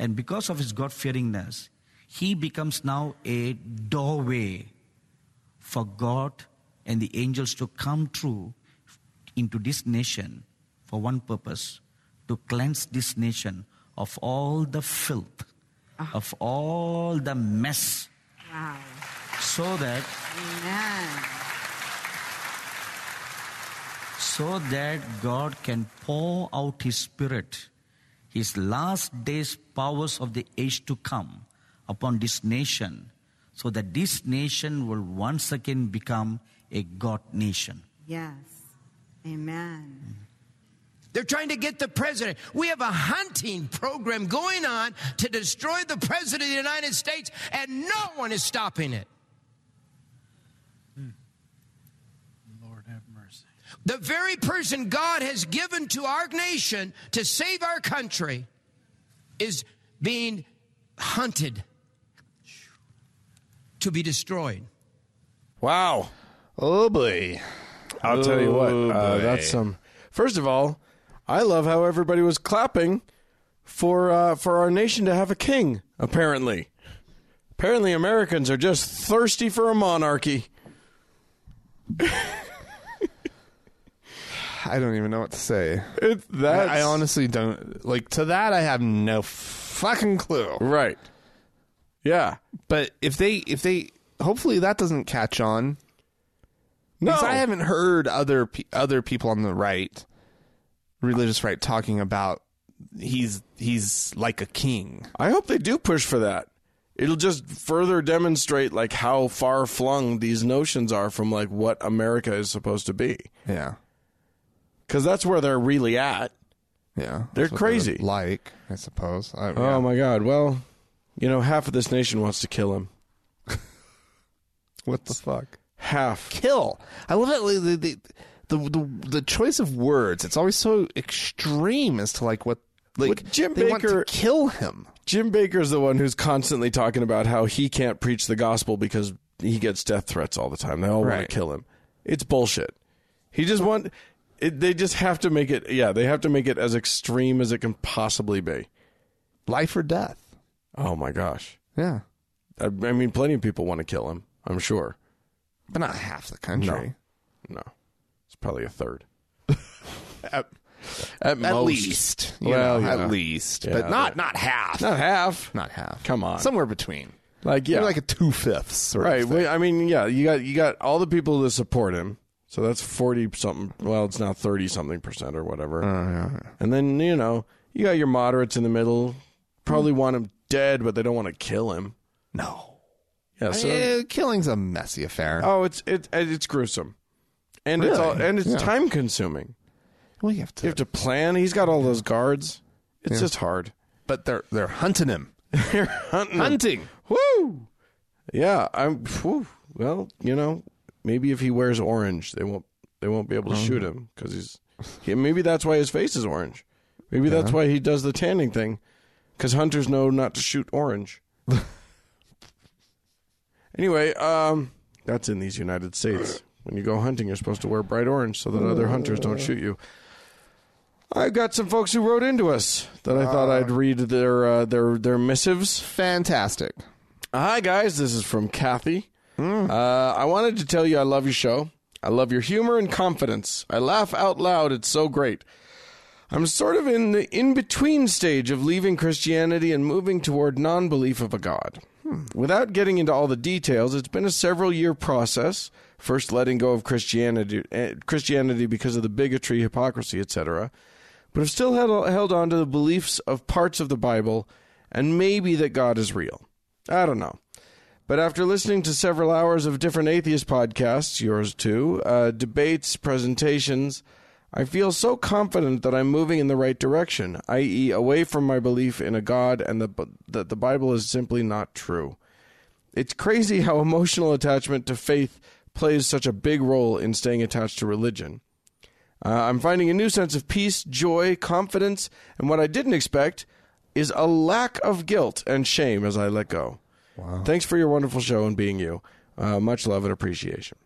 Speaker 3: And because of his God fearingness, he becomes now a doorway for God and the angels to come through into this nation for one purpose to cleanse this nation of all the filth, of all the mess,
Speaker 4: Wow.
Speaker 3: so that
Speaker 4: Amen.
Speaker 3: so that God can pour out His Spirit, His last days powers of the age to come upon this nation, so that this nation will once again become a God nation.
Speaker 4: Yes. Amen.
Speaker 5: They're trying to get the president. We have a hunting program going on to destroy the president of the United States, and no one is stopping it.
Speaker 6: Hmm. Lord have mercy.
Speaker 5: The very person God has given to our nation to save our country is being hunted to be destroyed.
Speaker 2: Wow.
Speaker 1: Oh boy.
Speaker 2: I'll tell you what.
Speaker 1: Oh,
Speaker 2: Uh,
Speaker 1: boy.
Speaker 2: that's some. First of all, I love how everybody was clapping for uh, for our nation to have a king. Apparently, Apparently, Americans are just thirsty for a monarchy.
Speaker 1: I don't even know what to say.
Speaker 2: It, that's,
Speaker 1: I honestly don't like to that. I have no fucking clue.
Speaker 2: right. Yeah.
Speaker 1: But if they, if they, hopefully that doesn't catch on.
Speaker 2: No,
Speaker 1: Because I haven't heard other pe- other people on the right, religious right, talking about he's he's like a king.
Speaker 2: I hope they do push for that. It'll just further demonstrate like how far flung these notions are from like what America is supposed to be.
Speaker 1: Yeah,
Speaker 2: Cuz that's where they're really at.
Speaker 1: yeah.
Speaker 2: They're
Speaker 1: That's what
Speaker 2: crazy.
Speaker 1: like I suppose. I,
Speaker 2: Oh my god. Well, you know, half of this nation wants to kill him.
Speaker 1: what the fuck?
Speaker 2: Half.
Speaker 1: Kill. I love it. like, The the, the the the choice of words. It's always so extreme as to like what like
Speaker 2: What Jim
Speaker 1: they want
Speaker 2: Baker-
Speaker 1: to kill him.
Speaker 2: Jim Baker's the one who's constantly talking about how he can't preach the gospel because he gets death threats all the time. They all want to
Speaker 1: Right.
Speaker 2: kill him. It's bullshit. He just want it, they just have to make it yeah, they have to make it as extreme as it can possibly be.
Speaker 1: Life or death.
Speaker 2: Oh my gosh.
Speaker 1: Yeah,
Speaker 2: I, I mean, plenty of people want to kill him. I'm sure.
Speaker 1: but not half the country.
Speaker 2: No, it's probably a third.
Speaker 1: At,
Speaker 2: At,
Speaker 1: at
Speaker 2: most.
Speaker 1: least. you
Speaker 2: Well,
Speaker 1: know,
Speaker 2: yeah.
Speaker 1: at least.
Speaker 2: Yeah,
Speaker 1: but not not half.
Speaker 2: Not half.
Speaker 1: not half.
Speaker 2: Come on.
Speaker 1: somewhere between.
Speaker 2: Like yeah.
Speaker 1: Maybe like a two fifths.
Speaker 2: right. Well, I mean, yeah. You got you got all the people that support him. So that's forty something. Well, it's now thirty something percent or whatever.
Speaker 1: Oh,
Speaker 2: And then you know you got your moderates in the middle. Probably
Speaker 1: Hmm.
Speaker 2: want him dead, but they don't want to kill him.
Speaker 1: No.
Speaker 2: Yeah. So
Speaker 1: Eh, killing's a messy affair.
Speaker 2: oh, it's it it's gruesome, and it's all,
Speaker 1: Really?
Speaker 2: and it's
Speaker 1: Yeah.
Speaker 2: time consuming.
Speaker 1: well, you have to.
Speaker 2: You have to plan. He's got all those guards. It's just hard.
Speaker 1: but they're they're hunting him.
Speaker 2: They're hunting. him.
Speaker 1: Hunting.
Speaker 2: Woo! Yeah, I'm. Whew, well, you know, maybe if he wears orange, they won't. They won't be able to shoot him because he's. yeah, maybe that's why his face is orange. Maybe that's why he does the tanning thing, because hunters know not to shoot orange. anyway, um, that's in these United States. When you go hunting, you're supposed to wear bright orange so that other hunters don't shoot you. I've got some folks who wrote into us that I thought I'd read their uh, their their missives.
Speaker 1: Fantastic.
Speaker 2: Hi, guys. This is from Kathy. Uh, I wanted to tell you I love your show. I love your humor and confidence. I laugh out loud. It's so great. I'm sort of in the in between stage of leaving Christianity and moving toward non belief of a God. Without getting into all the details, it's been a several year process. First, letting go of Christianity, eh, Christianity because of the bigotry, hypocrisy, etc. But I've still held, held on to the beliefs of parts of the Bible and maybe that God is real. I don't know. But after listening to several hours of different atheist podcasts, yours too, uh, debates, presentations, I feel so confident that I'm moving in the right direction, i.e., away from my belief in a God and the, that the Bible is simply not true. It's crazy how emotional attachment to faith plays such a big role in staying attached to religion. Uh, I'm finding a new sense of peace, joy, confidence, and what I didn't expect is a lack of guilt and shame as I let go. Wow. Thanks for your wonderful show and being you. Uh, much love and appreciation.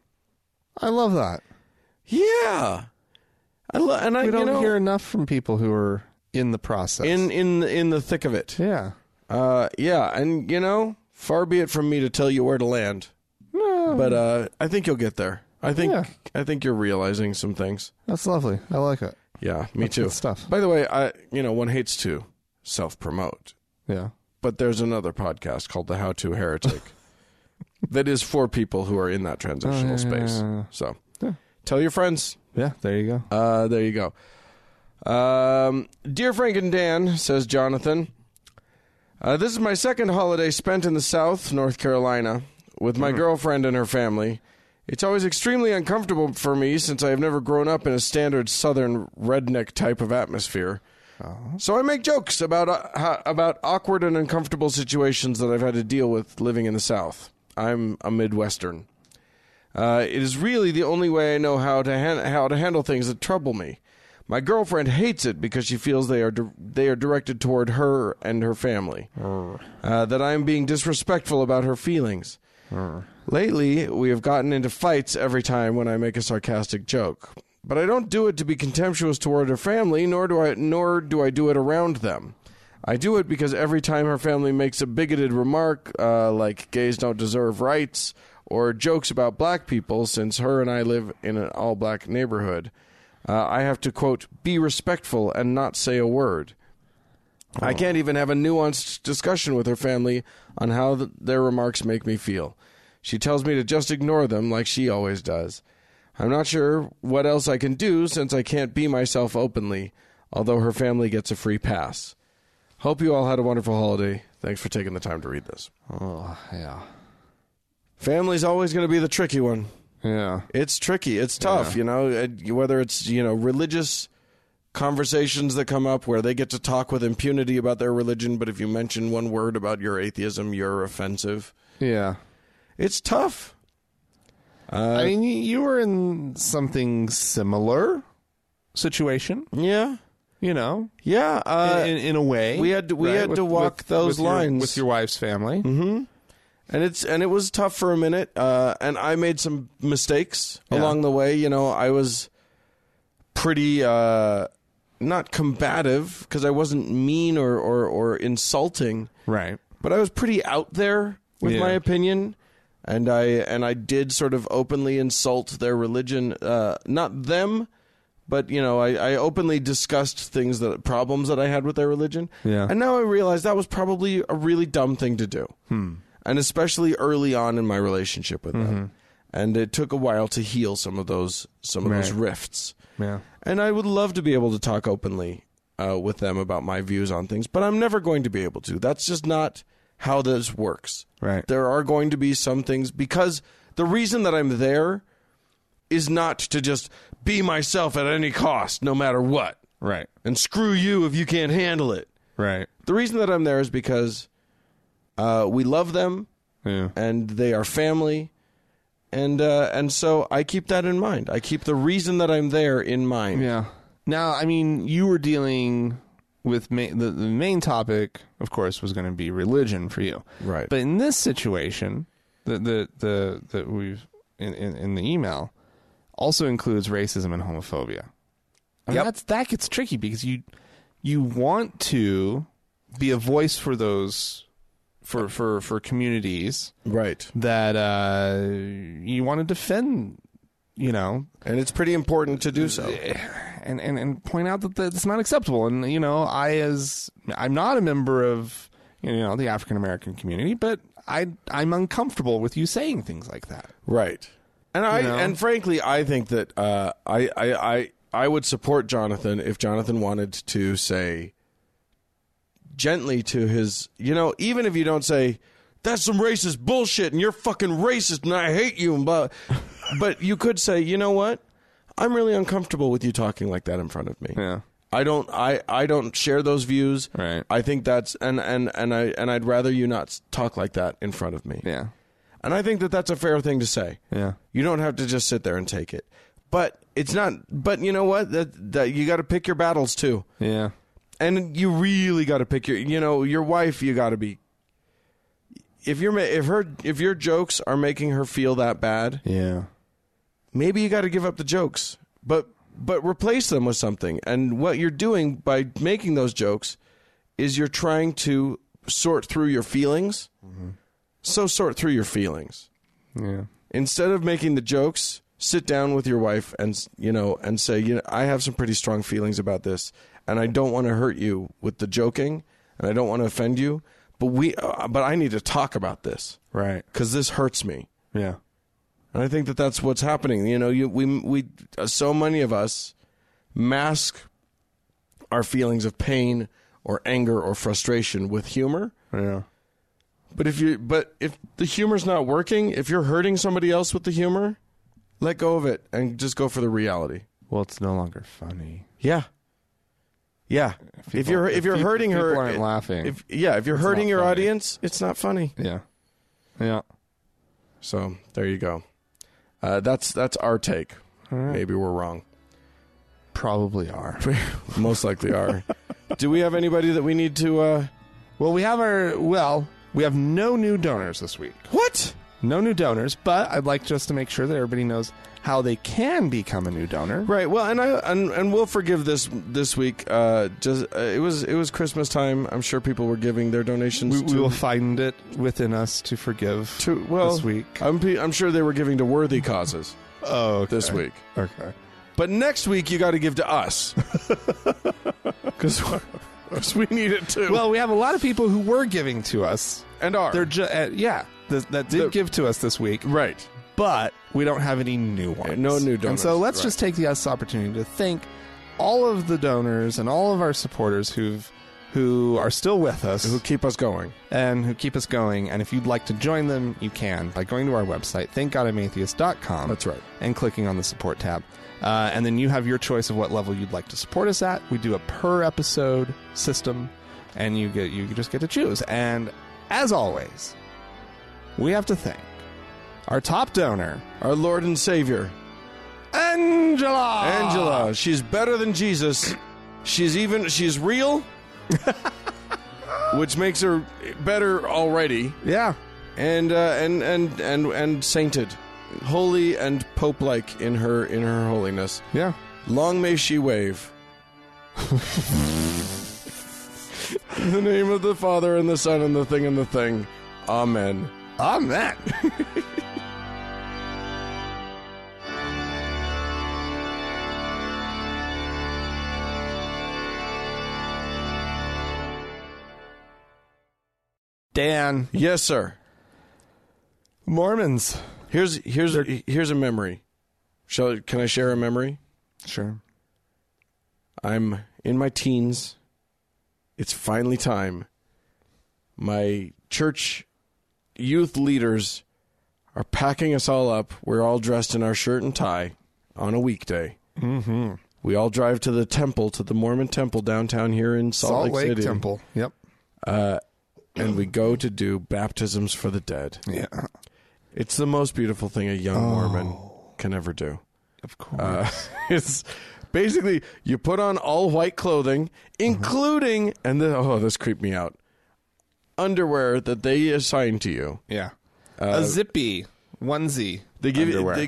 Speaker 1: I love that.
Speaker 2: Yeah, I lo- and I
Speaker 1: We don't
Speaker 2: you know,
Speaker 1: hear enough from people who are in the process.
Speaker 2: in in in the thick of it.
Speaker 1: yeah.
Speaker 2: Uh, yeah, and you know, far be it from me to tell you where to land, but uh, I think you'll get there. I think
Speaker 1: Yeah.
Speaker 2: I think you're realizing some things.
Speaker 1: That's lovely. I like it.
Speaker 2: Yeah, me too.
Speaker 1: good stuff.
Speaker 2: By the way, I you know one hates to self promote,
Speaker 1: Yeah.
Speaker 2: but there's another podcast called the How to Heretic that is for people who are in that transitional space. So tell your friends.
Speaker 1: Yeah. There you go.
Speaker 2: Uh, there you go. Um, Dear Frank and Dan, says Jonathan, uh, this is my second holiday spent in the South, North Carolina, with my girlfriend and her family. It's always extremely uncomfortable for me since I have never grown up in a standard Southern redneck type of atmosphere. So I make jokes about uh, ho- about awkward and uncomfortable situations that I've had to deal with living in the South. I'm a Midwestern. Uh, it is really the only way I know how to han- how to handle things that trouble me. My girlfriend hates it because she feels they are di- they are directed toward her and her family. Uh, that I am being disrespectful about her feelings. Lately, we have gotten into fights every time when I make a sarcastic joke. But I don't do it to be contemptuous toward her family, nor do I nor do I do it around them. I do it because every time her family makes a bigoted remark, uh, like gays don't deserve rights, or jokes about black people, since her and I live in an all black neighborhood, uh, I have to, quote, be respectful and not say a word. I can't even have a nuanced discussion with her family on how th- their remarks make me feel. She tells me to just ignore them like she always does. I'm not sure what else I can do since I can't be myself openly, although her family gets a free pass. Hope you all had a wonderful holiday. Thanks for taking the time to read this.
Speaker 1: Oh, yeah.
Speaker 2: Family's always going to be the tricky one.
Speaker 1: Yeah.
Speaker 2: It's tricky. It's tough, you know, it- whether it's, you know, religious conversations that come up where they get to talk with impunity about their religion, but if you mention one word about your atheism, you're offensive.
Speaker 1: Yeah. Uh,
Speaker 2: It's tough.
Speaker 1: I mean, y- you were in something similar situation,
Speaker 2: Yeah.
Speaker 1: you know,
Speaker 2: Yeah, uh,
Speaker 1: in, in a way.
Speaker 2: we had to- we had to walk
Speaker 1: with
Speaker 2: those
Speaker 1: your-
Speaker 2: lines.
Speaker 1: with your wife's family.
Speaker 2: and it's and it was tough for a minute. Uh, and I made some mistakes
Speaker 1: Yeah.
Speaker 2: along the way. You know, I was pretty uh, not combative because I wasn't mean or, or or insulting,
Speaker 1: Right.
Speaker 2: but I was pretty out there with
Speaker 1: Yeah.
Speaker 2: my opinion. And I and I did sort of openly insult their religion, uh, not them, but you know I, I openly discussed things that problems that I had with their religion.
Speaker 1: Yeah.
Speaker 2: And now I realize that was probably a really dumb thing to do.
Speaker 1: Hmm.
Speaker 2: And especially early on in my relationship with
Speaker 1: Mm-hmm.
Speaker 2: them. And it took a while to heal some of those some of those
Speaker 1: Right.
Speaker 2: rifts.
Speaker 1: Yeah.
Speaker 2: And I would love to be able to talk openly uh, with them about my views on things, but I'm never going to be able to. That's just not how this works.
Speaker 1: Right.
Speaker 2: There are going to be some things because the reason that I'm there is not to just be myself at any cost, no matter what.
Speaker 1: Right.
Speaker 2: And screw you if you can't handle it.
Speaker 1: Right.
Speaker 2: The reason that I'm there is because uh, we love them
Speaker 1: Yeah.
Speaker 2: and they are family. And uh, and so I keep that in mind. I keep the reason that I'm there in mind.
Speaker 1: Yeah. Now, I mean, you were dealing with ma- the, the main topic, of course, was going to be religion for you,
Speaker 2: Right.
Speaker 1: But in this situation, the the the that we've in, in, in the email also includes racism and homophobia. I mean, that's that gets tricky because you you want to be a voice for those for for for communities
Speaker 2: Right.
Speaker 1: that uh you want to defend you know
Speaker 2: And it's pretty important to do so.
Speaker 1: and, and, and point out that that's not acceptable. And you know, I as I'm not a member of you know the African American community, but I I'm uncomfortable with you saying things like that.
Speaker 2: Right. And I
Speaker 1: know?
Speaker 2: and frankly, I think that uh, I, I I I would support Jonathan if Jonathan wanted to say gently to his, you know, even if you don't say that's some racist bullshit and you're fucking racist and I hate you and blah, but you could say, you know what, I'm really uncomfortable with you talking like that in front of me.
Speaker 1: Yeah.
Speaker 2: I don't I, I don't share those views.
Speaker 1: Right.
Speaker 2: I think that's and, and and I and I'd rather you not s- talk like that in front of me.
Speaker 1: Yeah,
Speaker 2: And I think that that's a fair thing to say.
Speaker 1: Yeah.
Speaker 2: You don't have to just sit there and take it. But it's not but you know what? That that you got to pick your battles too.
Speaker 1: yeah,
Speaker 2: And you really got to pick your you know, your wife you got to be if you're ma- if her if your jokes are making her feel that bad,
Speaker 1: yeah,
Speaker 2: maybe you got to give up the jokes, but but replace them with something. And what you're doing by making those jokes is you're trying to sort through your feelings. So sort through your feelings
Speaker 1: yeah.
Speaker 2: instead of making the jokes. Sit down with your wife and you know and say, you know, I have some pretty strong feelings about this, and I don't want to hurt you with the joking, and I don't want to offend you, but we, uh, but I need to talk about this,
Speaker 1: Right.
Speaker 2: Because this hurts me.
Speaker 1: Yeah.
Speaker 2: And I think that that's what's happening. You know, you, we we uh, so many of us mask our feelings of pain or anger or frustration with humor.
Speaker 1: Yeah.
Speaker 2: But if you but if the humor's not working, if you're hurting somebody else with the humor, let go of it and just go for the reality.
Speaker 1: Well, it's no longer funny.
Speaker 2: Yeah. Yeah. if
Speaker 1: people-
Speaker 2: you're
Speaker 1: if
Speaker 2: if you're
Speaker 1: peop-
Speaker 2: hurting her
Speaker 1: people aren't laughing,
Speaker 2: If yeah, if you're
Speaker 1: not
Speaker 2: hurting your
Speaker 1: funny.
Speaker 2: audience, it's not funny.
Speaker 1: Yeah. Yeah.
Speaker 2: So there you go. Uh, that's that's our take. Maybe we're wrong.
Speaker 1: Probably are.
Speaker 2: Most likely are. Do we have anybody that we need to? uh
Speaker 1: Well, we have our well. We have no new donors this week.
Speaker 2: What?
Speaker 1: No new donors, but I'd like just to make sure that everybody knows how they can become a new donor.
Speaker 2: Right. Well, and I and, and we'll forgive this this week. Uh, just uh, it was it was Christmas time. I'm sure people were giving their donations.
Speaker 1: We,
Speaker 2: to,
Speaker 1: we will find it within us to forgive
Speaker 2: to well
Speaker 1: this week.
Speaker 2: I'm pe- I'm sure they were giving to worthy causes
Speaker 1: oh, okay.
Speaker 2: this week.
Speaker 1: Okay.
Speaker 2: But next week you got to give to us because we need it too.
Speaker 1: Well, we have a lot of people who were giving to us.
Speaker 2: and are
Speaker 1: They're ju- uh, yeah, th- that did
Speaker 2: They're-
Speaker 1: give to us this week,
Speaker 2: right.
Speaker 1: but we don't have any new
Speaker 2: Yeah,
Speaker 1: ones.
Speaker 2: no new
Speaker 1: And
Speaker 2: donors,
Speaker 1: so let's
Speaker 2: right.
Speaker 1: just take this opportunity to thank all of the donors and all of our supporters who've who are still with us
Speaker 2: Who keep us going?
Speaker 1: and who keep us going. And if you'd like to join them, you can by going to our website, thankgodimatheist.com.
Speaker 2: That's right.
Speaker 1: And clicking on the support tab. Uh, and then you have your choice of what level you'd like to support us at. We do a per episode system, and you get you just get to choose. And as always, we have to thank our top donor,
Speaker 2: Our Lord and Savior,
Speaker 1: Angela. Ah.
Speaker 2: Angela. She's better than Jesus. She's even she's real, which makes her better already.
Speaker 1: Yeah.
Speaker 2: and uh, and and and and sainted, holy and pope-like in her in her holiness.
Speaker 1: Yeah.
Speaker 2: Long may she wave. in the name of the Father and the Son and the Thing and the Thing. Amen.
Speaker 1: Amen. Dan,
Speaker 2: Yes, sir.
Speaker 1: Mormons.
Speaker 2: Here's here's here's a memory. Shall can I share a memory?
Speaker 1: Sure.
Speaker 2: I'm in my teens. It's finally time. My church youth leaders are packing us all up. We're all dressed in our shirt and tie on a weekday. Mm-hmm. We all drive to the temple, to the Mormon temple downtown here in Salt,
Speaker 1: Salt Lake
Speaker 2: City,
Speaker 1: Temple. Yep.
Speaker 2: and we go to do baptisms for the dead.
Speaker 1: Yeah.
Speaker 2: It's the most beautiful thing a young Mormon can ever
Speaker 1: Oh.
Speaker 2: do.
Speaker 1: Of course.
Speaker 2: Uh, it's basically you put on all white clothing,
Speaker 1: Uh-huh.
Speaker 2: including and then oh this creeped me out underwear that they assign to you.
Speaker 1: yeah. Uh, a zippy onesie.
Speaker 2: They give
Speaker 1: underwear.
Speaker 2: you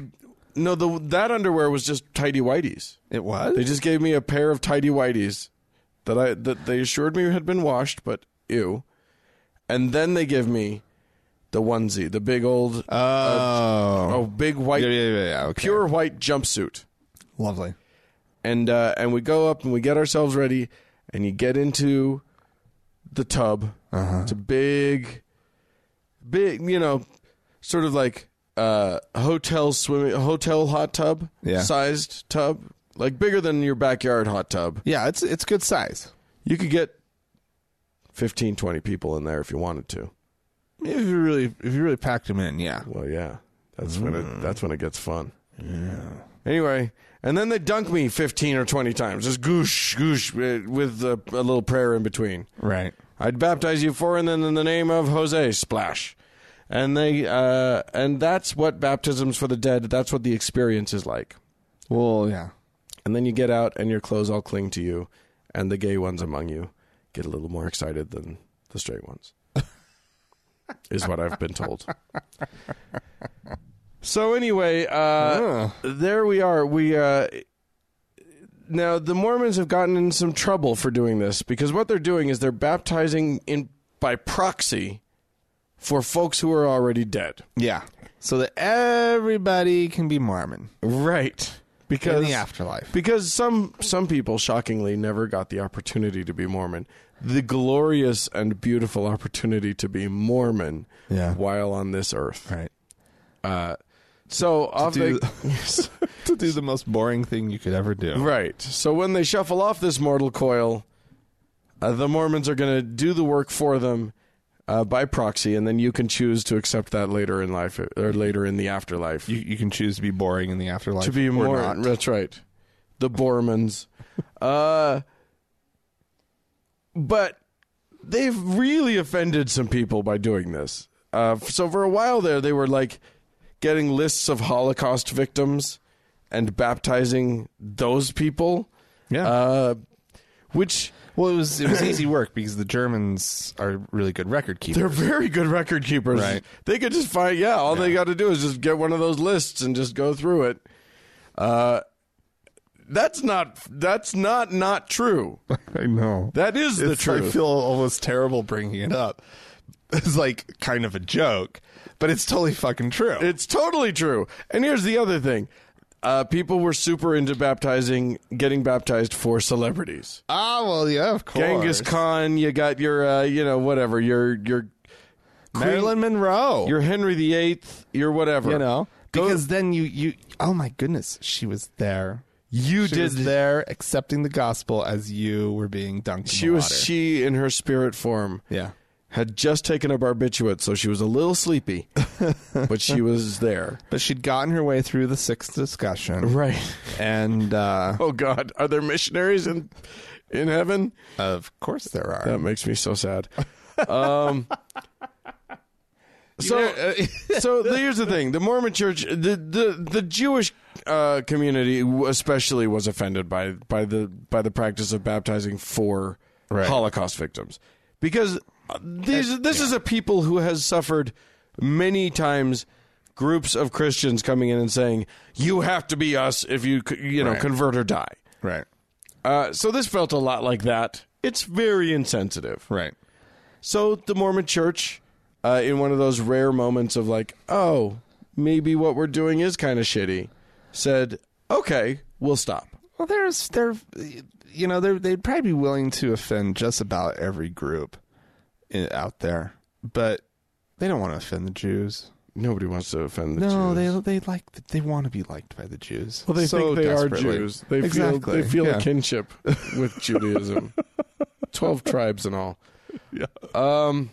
Speaker 2: they, no the that underwear was just tidy whities.
Speaker 1: it was?
Speaker 2: They just gave me a pair of tidy whities that I that they assured me had been washed, but ew. And then they give me the onesie, the big old
Speaker 1: oh.
Speaker 2: oh big white
Speaker 1: yeah, yeah, yeah, yeah. Okay.
Speaker 2: pure white jumpsuit.
Speaker 1: Lovely.
Speaker 2: and uh, and we go up and we get ourselves ready, and you get into the tub. It's a big, big, you know, sort of like uh, hotel swimming, hotel hot tub,
Speaker 1: Yeah.
Speaker 2: sized tub, like bigger than your backyard hot tub.
Speaker 1: Yeah, it's it's good size.
Speaker 2: You could get 15, 20 people in there if you wanted to.
Speaker 1: If you really if you really packed them in, yeah.
Speaker 2: Well, yeah, that's when it that's when it gets fun. Yeah. Anyway, and then they dunk me fifteen or twenty times, just goosh goosh uh, with a, a little prayer in between.
Speaker 1: Right.
Speaker 2: I'd baptize you for and then in the name of Jose Splash. And they uh, and that's what baptisms for the dead, that's what the experience is like.
Speaker 1: Well, yeah.
Speaker 2: And then you get out and your clothes all cling to you and the gay ones among you get a little more excited than the straight ones. is what I've been told. So anyway, uh, there we are. We uh, now the Mormons have gotten in some trouble for doing this because what they're doing is they're baptizing in by proxy for folks who are already dead.
Speaker 1: Yeah. So that everybody can be Mormon.
Speaker 2: Right. Because
Speaker 1: In the afterlife.
Speaker 2: Because some some people shockingly never got the opportunity to be Mormon. The glorious and beautiful opportunity to be Mormon
Speaker 1: Yeah.
Speaker 2: while on this earth.
Speaker 1: Right.
Speaker 2: So off
Speaker 1: do-
Speaker 2: they
Speaker 1: To do the most boring thing you could ever do.
Speaker 2: Right. So when they shuffle off this mortal coil, uh, the Mormons are going to do the work for them uh, by proxy, and then you can choose to accept that later in life uh, or later in the afterlife
Speaker 1: You, you can choose to be boring in the afterlife.
Speaker 2: to be
Speaker 1: or
Speaker 2: more.
Speaker 1: not.
Speaker 2: That's right. The Bormans. uh, but they've really offended some people by doing this. Uh, so for a while there, they were like getting lists of Holocaust victims and baptizing those people.
Speaker 1: Yeah.
Speaker 2: Uh, which
Speaker 1: Well, it was it was easy work because the Germans are really good record keepers.
Speaker 2: They're very good record keepers.
Speaker 1: Right.
Speaker 2: They could just find, yeah, all they got to do is just get one of those lists and just go through it. Uh, that's not that's not not true.
Speaker 1: I know.
Speaker 2: That is the
Speaker 1: It's- I
Speaker 2: truth.
Speaker 1: feel almost terrible bringing it up. It's like kind of a joke, but it's totally fucking true.
Speaker 2: It's totally true. And here's the other thing. Uh, people were super into baptizing, getting baptized for celebrities.
Speaker 1: ah, well, yeah, of course.
Speaker 2: Genghis Khan, you got your, uh, you know, whatever, your your
Speaker 1: Marilyn Monroe.
Speaker 2: your Henry VIII, your whatever.
Speaker 1: you know, because then you you oh my goodness, she was there.
Speaker 2: you
Speaker 1: She
Speaker 2: did
Speaker 1: was there accepting the gospel as you were being dunked.
Speaker 2: She
Speaker 1: in the
Speaker 2: was
Speaker 1: water.
Speaker 2: she in her spirit form.
Speaker 1: Yeah.
Speaker 2: had just taken a barbiturate, so she was a little sleepy, but she was there.
Speaker 1: but she'd gotten her way through the sixth discussion,
Speaker 2: Right.
Speaker 1: And uh,
Speaker 2: Oh God, are there missionaries in in heaven?
Speaker 1: of course there are.
Speaker 2: That makes me so sad. Um, so,
Speaker 1: uh,
Speaker 2: so the- here's the thing: the Mormon Church, the the the Jewish uh, community especially was offended by by the by the practice of baptizing for
Speaker 1: Right.
Speaker 2: Holocaust victims because uh, these this is a people who has suffered many times. Groups of Christians coming in and saying, "You have to be us if you c- you know
Speaker 1: Right.
Speaker 2: convert or die."
Speaker 1: right,
Speaker 2: Uh, so this felt a lot like that. It's very insensitive.
Speaker 1: right.
Speaker 2: So the Mormon Church, uh, in one of those rare moments of like, oh, maybe what we're doing is kind of shitty, said, okay, we'll stop.
Speaker 1: Well, there's there, you know, they're, they'd probably be willing to offend just about every group i- out there, but they don't want to offend the Jews.
Speaker 2: Nobody wants to offend the
Speaker 1: No,
Speaker 2: Jews.
Speaker 1: they they like they want to be liked by the Jews.
Speaker 2: well, they
Speaker 1: so
Speaker 2: think they are
Speaker 1: desperately.
Speaker 2: Jews. They
Speaker 1: exactly.
Speaker 2: feel they feel
Speaker 1: yeah.
Speaker 2: a kinship with Judaism, twelve tribes and all. Um,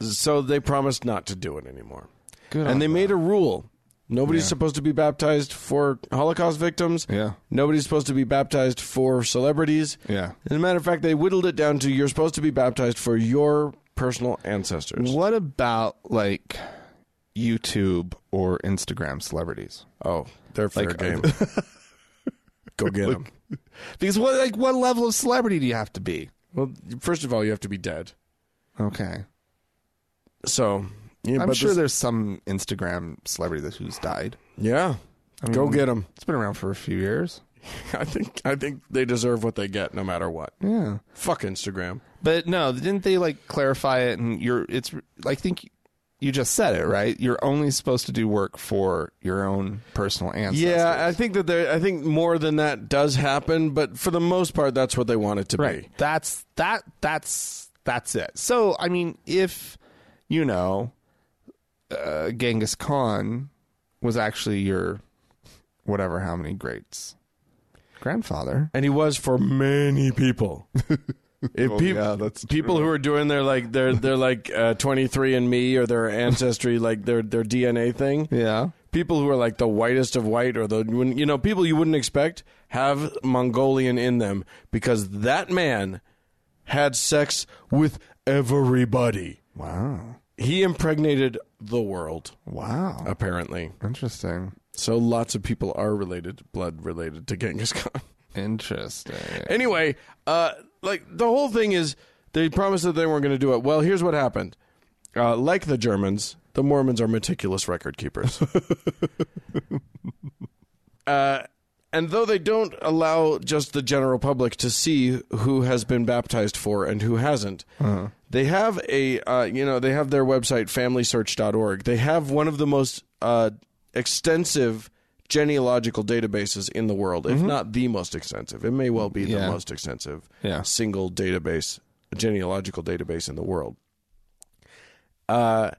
Speaker 2: so they promised not to do it anymore.
Speaker 1: Good on
Speaker 2: and they made a rule. Nobody's supposed to be baptized for Holocaust victims.
Speaker 1: Yeah.
Speaker 2: Nobody's supposed to be baptized for celebrities.
Speaker 1: Yeah.
Speaker 2: As a matter of fact, they whittled it down to you're supposed to be baptized for your personal ancestors.
Speaker 1: What about like YouTube or Instagram celebrities?
Speaker 2: Oh, they're fair
Speaker 1: Like,
Speaker 2: game. Go get them.
Speaker 1: Because what like what level of celebrity do you have to be?
Speaker 2: Well, first of all, you have to be dead.
Speaker 1: Okay,
Speaker 2: So, yeah,
Speaker 1: I'm
Speaker 2: but
Speaker 1: sure
Speaker 2: this-
Speaker 1: there's some Instagram celebrity that who's died.
Speaker 2: yeah. Go get them.
Speaker 1: It's been around for a few years.
Speaker 2: I think I think they deserve what they get, no matter what.
Speaker 1: Yeah.
Speaker 2: Fuck Instagram.
Speaker 1: But no, didn't they like clarify it? And you're, it's, I think you just said it, right? You're only supposed to do work for your own personal ancestors.
Speaker 2: Yeah, I think that there. I think more than that does happen, but for the most part, that's what they want it to
Speaker 1: right.
Speaker 2: be.
Speaker 1: That's, that, that's, that's it. So, I mean, if, you know, uh, Genghis Khan was actually your, whatever, how many greats grandfather.
Speaker 2: And he was for many people. If
Speaker 1: Oh,
Speaker 2: peop-
Speaker 1: yeah, that's
Speaker 2: people who are doing their like their their like uh, 23 and me or their ancestry like their their DNA thing.
Speaker 1: Yeah.
Speaker 2: People who are like the whitest of white or the when- you know people you wouldn't expect have Mongolian in them because that man had sex with everybody.
Speaker 1: Wow.
Speaker 2: He impregnated the world
Speaker 1: Wow.
Speaker 2: apparently.
Speaker 1: Interesting.
Speaker 2: So lots of people are related, blood related to Genghis Khan.
Speaker 1: Interesting.
Speaker 2: anyway, uh, like the whole thing is they promised that they weren't going to do it. Well, here's what happened. Uh, like the Germans, the Mormons are meticulous record keepers. uh, and though they don't allow just the general public to see who has been baptized for and who hasn't, they have a uh, you know they have their website familysearch.org. They have one of the most uh, extensive genealogical databases in the world, if not the most extensive. It may well be the
Speaker 1: Yeah.
Speaker 2: most extensive
Speaker 1: Yeah.
Speaker 2: single database genealogical database in the world. Uh,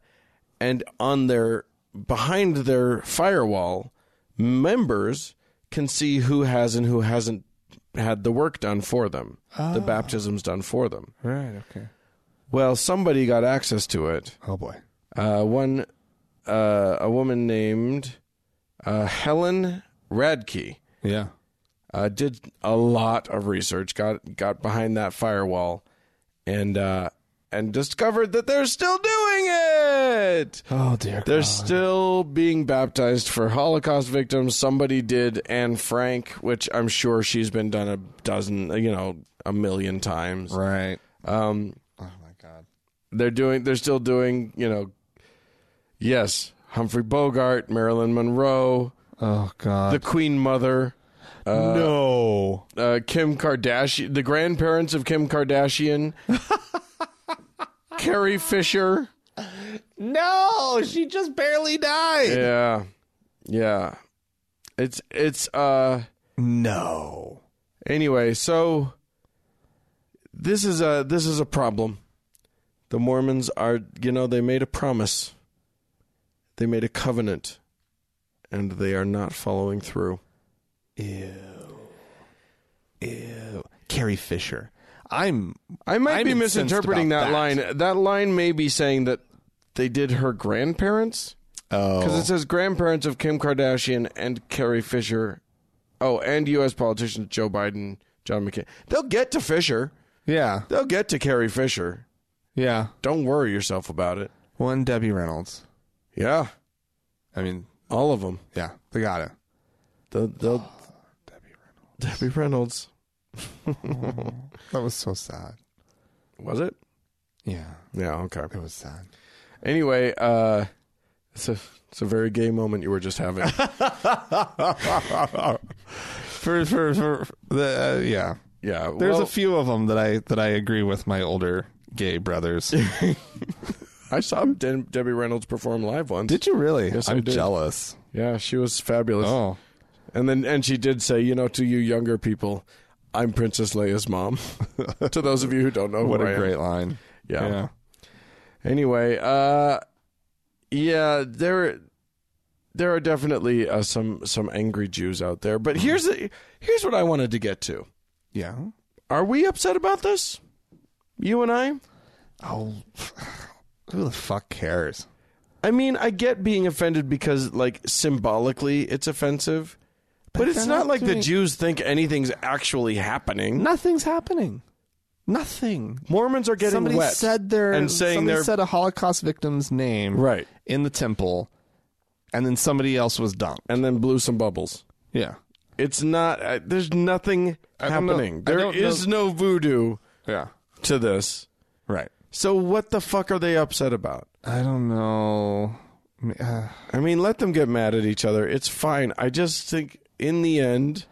Speaker 2: and on their behind their firewall, members can see who has and who hasn't had the work done for them, the baptisms done for them.
Speaker 1: Right. Okay.
Speaker 2: Well, somebody got access to it.
Speaker 1: Oh boy.
Speaker 2: Uh, one, uh, a woman named uh, Helen Radke
Speaker 1: Yeah.
Speaker 2: uh, did a lot of research, got got behind that firewall, and uh, and discovered that they're still doing it.
Speaker 1: Oh dear.
Speaker 2: They're still being baptized for Holocaust victims. Somebody did Anne Frank, which I'm sure she's been done a dozen, you know, a million times.
Speaker 1: Right.
Speaker 2: Um,
Speaker 1: Oh my god.
Speaker 2: they're doing they're still doing you know yes humphrey bogart marilyn monroe
Speaker 1: Oh god.
Speaker 2: the queen mother
Speaker 1: no.
Speaker 2: uh, kim kardashian the grandparents of kim kardashian carrie fisher
Speaker 1: No, she just barely died.
Speaker 2: yeah yeah it's it's uh
Speaker 1: No.
Speaker 2: anyway so this is a this is a problem the mormons are you know they made a promise they made a covenant and they are not following through
Speaker 1: Ew. Ew. Carrie Fisher. I'm
Speaker 2: I might
Speaker 1: I'm
Speaker 2: be
Speaker 1: incensed
Speaker 2: misinterpreting
Speaker 1: about
Speaker 2: that, line. That line may be saying that they did her grandparents because
Speaker 1: Oh.
Speaker 2: it says grandparents of Kim Kardashian and Carrie Fisher. Oh, and U.S. politicians Joe Biden, John McCain. They'll get to Fisher.
Speaker 1: Yeah.
Speaker 2: They'll get to Carrie Fisher.
Speaker 1: Yeah.
Speaker 2: Don't worry yourself about it.
Speaker 1: One Debbie Reynolds.
Speaker 2: Yeah,
Speaker 1: I mean,
Speaker 2: all of them.
Speaker 1: yeah, they got it.
Speaker 2: They'll,
Speaker 1: Oh,
Speaker 2: they'll Debbie Reynolds.
Speaker 1: That was so sad.
Speaker 2: Was it?
Speaker 1: Yeah.
Speaker 2: Yeah. Okay.
Speaker 1: It was sad.
Speaker 2: Anyway, uh, it's a it's a very gay moment you were just having.
Speaker 1: For for for the uh, yeah.
Speaker 2: Yeah.
Speaker 1: There's
Speaker 2: well,
Speaker 1: a few of them that I that I agree with my older gay brothers.
Speaker 2: I saw De- Debbie Reynolds perform live once.
Speaker 1: did you really?
Speaker 2: Yes, I
Speaker 1: I'm
Speaker 2: did.
Speaker 1: jealous.
Speaker 2: Yeah, she was fabulous.
Speaker 1: Oh.
Speaker 2: And then and she did say, you know, to you younger people, I'm Princess Leia's mom. to those of you who don't know
Speaker 1: What
Speaker 2: who I
Speaker 1: a
Speaker 2: am.
Speaker 1: great line.
Speaker 2: Yeah. Anyway, uh yeah, there there are definitely uh, some some angry Jews out there. But here's the, here's what I wanted to get to.
Speaker 1: Yeah.
Speaker 2: Are we upset about this? You and I?
Speaker 1: Oh. Who the fuck cares?
Speaker 2: I mean, I get being offended because, like, symbolically it's offensive, but, it's
Speaker 1: they're
Speaker 2: not,
Speaker 1: not
Speaker 2: like the
Speaker 1: doing-
Speaker 2: Jews think anything's actually happening.
Speaker 1: Nothing's happening. Nothing.
Speaker 2: Mormons are getting
Speaker 1: somebody
Speaker 2: wet
Speaker 1: said their
Speaker 2: and saying
Speaker 1: somebody
Speaker 2: their
Speaker 1: said a Holocaust victim's name
Speaker 2: Right.
Speaker 1: in the temple, and then somebody else was dunked.
Speaker 2: and then blew some bubbles.
Speaker 1: Yeah,
Speaker 2: It's not. Uh, there's nothing
Speaker 1: don't know.
Speaker 2: happening.
Speaker 1: I
Speaker 2: There
Speaker 1: don't know.
Speaker 2: is no voodoo
Speaker 1: yeah,
Speaker 2: to this.
Speaker 1: right.
Speaker 2: So what the fuck are they upset about?
Speaker 1: I don't know. Uh,
Speaker 2: I mean, let them get mad at each other. It's fine. I just think in the end,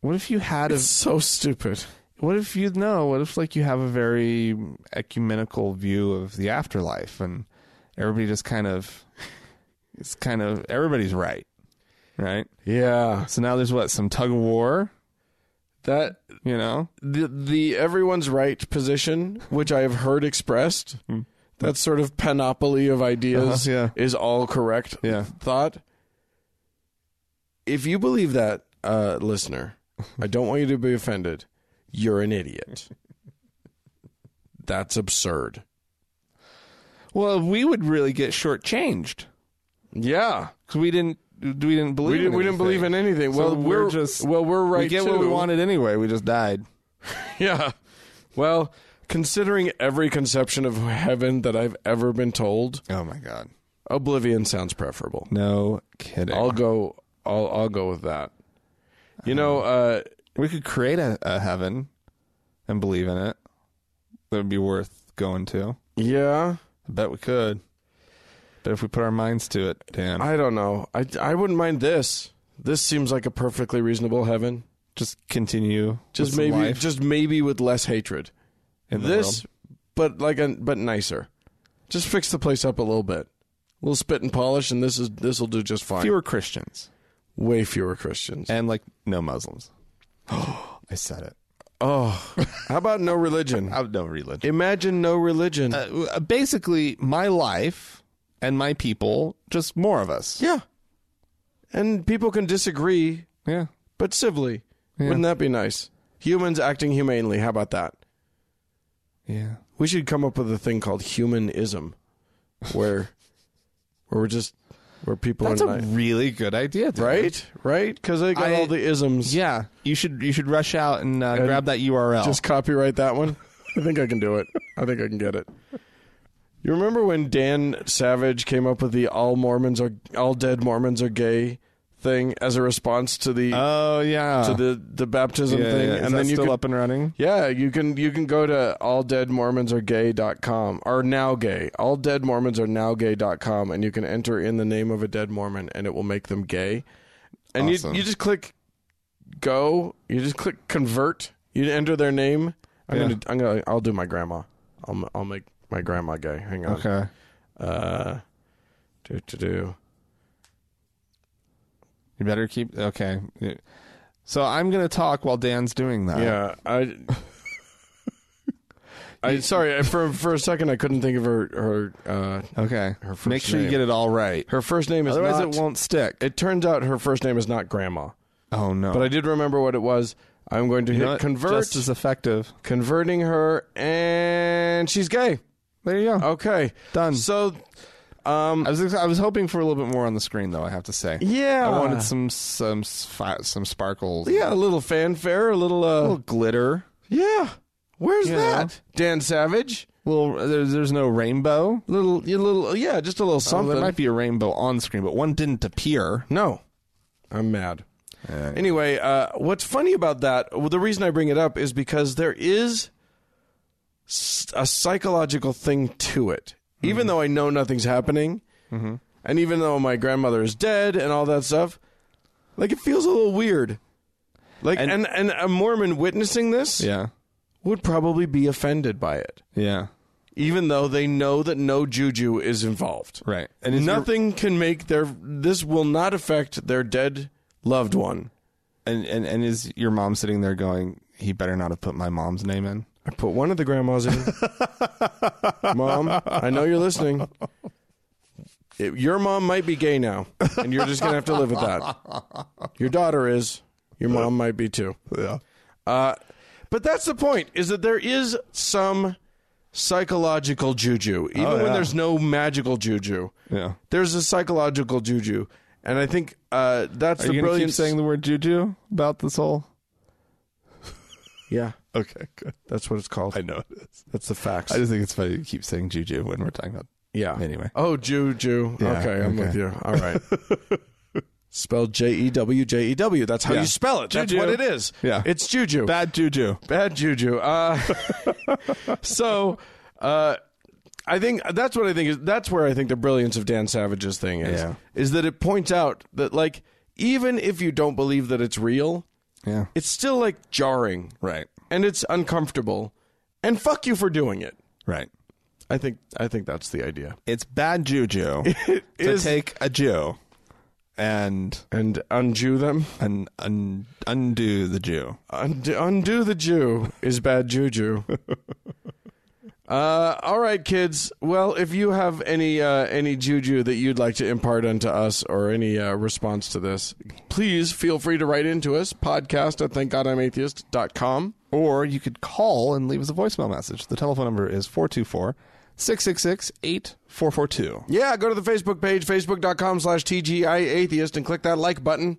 Speaker 1: what if you had a?
Speaker 2: it's so stupid.
Speaker 1: What if you know? What if like you have a very ecumenical view of the afterlife, and everybody just kind of, it's kind of everybody's right, right.
Speaker 2: Yeah.
Speaker 1: So now there's what some tug of war,
Speaker 2: That
Speaker 1: you know?
Speaker 2: the the everyone's right position, which I have heard expressed, that sort of panoply of ideas
Speaker 1: Hmm. Uh-huh, yeah.
Speaker 2: is all correct.
Speaker 1: Yeah.
Speaker 2: Thought. If you believe that, uh, listener, I don't want you to be offended. You're an idiot. That's absurd.
Speaker 1: Well, we would really get shortchanged.
Speaker 2: Yeah,
Speaker 1: because we didn't we didn't believe
Speaker 2: we didn't.
Speaker 1: in
Speaker 2: We didn't
Speaker 1: anything.
Speaker 2: believe in anything.
Speaker 1: So
Speaker 2: well,
Speaker 1: we're
Speaker 2: we're,
Speaker 1: just-
Speaker 2: well, we're right.
Speaker 1: we get
Speaker 2: too.
Speaker 1: what we wanted anyway we just died
Speaker 2: Yeah. Well, considering every conception of heaven that I've ever been told,
Speaker 1: oh my god
Speaker 2: Oblivion sounds preferable.
Speaker 1: no kidding
Speaker 2: I'll go. I'll I'll go with that. You know, uh,
Speaker 1: we could create a, a heaven and believe in it that would be worth going to
Speaker 2: yeah.
Speaker 1: i bet we could but if we put our minds to it dan
Speaker 2: I don't know. I I wouldn't mind this. This seems like a perfectly reasonable heaven.
Speaker 1: just continue
Speaker 2: Just
Speaker 1: with some
Speaker 2: maybe,
Speaker 1: life
Speaker 2: just maybe with less hatred.
Speaker 1: in the
Speaker 2: this,
Speaker 1: world.
Speaker 2: but like a but nicer. Just fix the place up a little bit. A little spit and polish, and this is this will do just fine.
Speaker 1: fewer christians
Speaker 2: Way fewer Christians.
Speaker 1: and like no muslims i said it
Speaker 2: oh, how about no religion?
Speaker 1: i have no religion
Speaker 2: Imagine no religion.
Speaker 1: Uh, basically my life and my people just more of us
Speaker 2: yeah, and people can disagree
Speaker 1: yeah
Speaker 2: but civilly. Wouldn't that be nice? Humans acting humanely. How about that?
Speaker 1: yeah
Speaker 2: We should come up with a thing called humanism, where where we're just where people
Speaker 1: That's
Speaker 2: are
Speaker 1: a
Speaker 2: nice.
Speaker 1: really good idea, dude.
Speaker 2: right, right? Because they got
Speaker 1: I-
Speaker 2: all the isms.
Speaker 1: Yeah, you should you should rush out and, uh, grab that URL.
Speaker 2: just copyright that one. I think I can do it. I think I can get it. You remember when Dan Savage came up with the all Mormons are all dead Mormons are gay thing as a response to the
Speaker 1: Oh yeah.
Speaker 2: to the the baptism
Speaker 1: Yeah,
Speaker 2: thing,
Speaker 1: yeah. Is
Speaker 2: and
Speaker 1: that
Speaker 2: then you
Speaker 1: still
Speaker 2: can,
Speaker 1: up and running?
Speaker 2: Yeah, you can you can go to alldeadmormonsargay.com or now gay. All dead Mormons are now gay.com and you can enter in the name of a dead Mormon and it will make them gay. And
Speaker 1: Awesome.
Speaker 2: you you just click go, you just click convert, you enter their name. I'm
Speaker 1: Yeah.
Speaker 2: going to I'm going to I'll do my grandma. I'll m- I'll make my grandma gay. Hang on.
Speaker 1: Okay.
Speaker 2: Uh do to do.
Speaker 1: You better keep okay. So I'm gonna talk while Dan's doing that.
Speaker 2: Yeah, I. I sorry for for a second I couldn't think of her her uh,
Speaker 1: Okay.
Speaker 2: Her first
Speaker 1: Make sure
Speaker 2: name.
Speaker 1: you get it all right.
Speaker 2: her first name is
Speaker 1: Otherwise,
Speaker 2: not-
Speaker 1: it won't stick.
Speaker 2: It turns out her first name is not Grandma,
Speaker 1: oh no.
Speaker 2: but I did remember what it was. I'm going to
Speaker 1: You
Speaker 2: hit
Speaker 1: know what?
Speaker 2: convert,
Speaker 1: just as effective.
Speaker 2: converting her, and she's gay.
Speaker 1: There you go.
Speaker 2: Okay,
Speaker 1: Done.
Speaker 2: So, um,
Speaker 1: I was ex- I was hoping for a little bit more on the screen though. I have to say.
Speaker 2: Yeah.
Speaker 1: I wanted some some s- fi- some sparkles.
Speaker 2: yeah, a little fanfare, a little,
Speaker 1: A
Speaker 2: uh,
Speaker 1: little glitter.
Speaker 2: yeah. Where's
Speaker 1: You
Speaker 2: that,
Speaker 1: know.
Speaker 2: Dan Savage?
Speaker 1: Well, there's there's no rainbow.
Speaker 2: Little, you little, yeah, just a little
Speaker 1: Oh,
Speaker 2: something.
Speaker 1: there might be a rainbow on screen, but one didn't appear.
Speaker 2: No, I'm mad. Anyway, uh, what's funny about that? Well, the reason I bring it up is because there is s- a psychological thing to it. Even though I know nothing's happening, and even though my grandmother is dead and all that stuff, like it feels a little weird. Like and
Speaker 1: And-
Speaker 2: and, a Mormon witnessing this
Speaker 1: Yeah.
Speaker 2: would probably be offended by it,
Speaker 1: Yeah.
Speaker 2: even though they know that no juju is involved.
Speaker 1: Right. And
Speaker 2: And
Speaker 1: if you're-
Speaker 2: nothing can make their this will not affect their dead loved one.
Speaker 1: And, and and is your mom sitting there going, "He better not have put my mom's name in."
Speaker 2: I put one of the grandmas in. mom, I know you're listening. It- your mom might be gay now, and you're just gonna have to live with that. Your daughter is. Your mom might be too.
Speaker 1: Yeah.
Speaker 2: Uh, but that's the point: is that there is some psychological juju, even when
Speaker 1: Oh, yeah.
Speaker 2: there's no magical juju.
Speaker 1: Yeah.
Speaker 2: There's a psychological juju, and I think uh, that's
Speaker 1: Are you going to
Speaker 2: the
Speaker 1: keep
Speaker 2: brilliant
Speaker 1: saying the word juju about this whole?
Speaker 2: Yeah,
Speaker 1: Okay, good.
Speaker 2: that's what it's called.
Speaker 1: I know it is.
Speaker 2: That's the facts.
Speaker 1: I just think it's funny to keep saying juju when we're talking about.
Speaker 2: Yeah.
Speaker 1: Anyway.
Speaker 2: Oh, Jew, Jew.
Speaker 1: Yeah,
Speaker 2: okay, I'm
Speaker 1: okay.
Speaker 2: with you. All right. Spell J E W J E W. That's how
Speaker 1: Yeah.
Speaker 2: you spell it. That's
Speaker 1: Juju.
Speaker 2: what it is.
Speaker 1: Yeah.
Speaker 2: It's juju.
Speaker 1: Bad juju.
Speaker 2: Bad juju. Uh, so, uh, I think that's what I think is. That's where I think the brilliance of Dan Savage's thing is.
Speaker 1: Yeah.
Speaker 2: Is that it points out that like even if you don't believe that it's real,
Speaker 1: Yeah.
Speaker 2: it's still like jarring,
Speaker 1: Right.
Speaker 2: and it's uncomfortable, and fuck you for doing it.
Speaker 1: Right.
Speaker 2: I think I think that's the idea.
Speaker 1: It's bad juju to
Speaker 2: is-
Speaker 1: take a Jew and
Speaker 2: And unjew them.
Speaker 1: and un, undo the Jew.
Speaker 2: Undo, undo the Jew is bad juju. uh, all right, kids. Well, if you have any uh, any juju that you'd like to impart unto us or any uh, response to this, please feel free to write into us podcast at thankgodimatheist.com.
Speaker 1: Or you could call and leave us a voicemail message. The telephone number is 424 666 8442.
Speaker 2: Yeah, go to the Facebook page, facebook.com slash TGI atheist, and click that like button.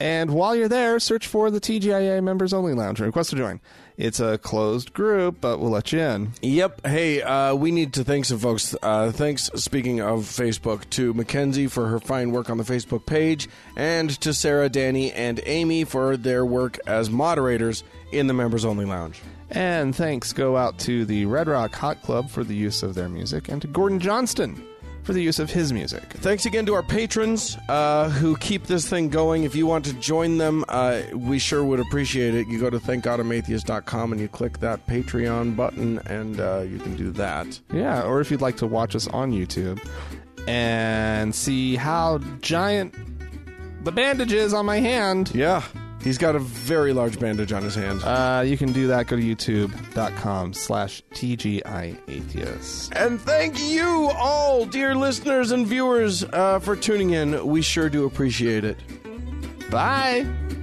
Speaker 1: And while you're there, search for the TGIA Members Only Lounge and request to join. It's a closed group, but we'll let you in.
Speaker 2: Yep. Hey, uh, we need to thank some folks. Uh, thanks, speaking of Facebook, to Mackenzie for her fine work on the Facebook page, and to Sarah, Danny, and Amy for their work as moderators in the Members Only Lounge.
Speaker 1: And thanks go out to the Red Rock Hot Club for the use of their music and to Gordon Johnston for the use of his music.
Speaker 2: Thanks again to our patrons uh, who keep this thing going. If you want to join them, uh, we sure would appreciate it. You go to thankgodimatheist.com and you click that Patreon button, and uh, you can do that.
Speaker 1: Yeah, or if you'd like to watch us on YouTube and see how giant the bandage is on my hand.
Speaker 2: Yeah. He's got a very large bandage on his hand.
Speaker 1: Uh, you can do that. Go to youtube.com slash TGIAtheist.
Speaker 2: And thank you all, dear listeners and viewers, uh, for tuning in. We sure do appreciate it.
Speaker 1: Bye.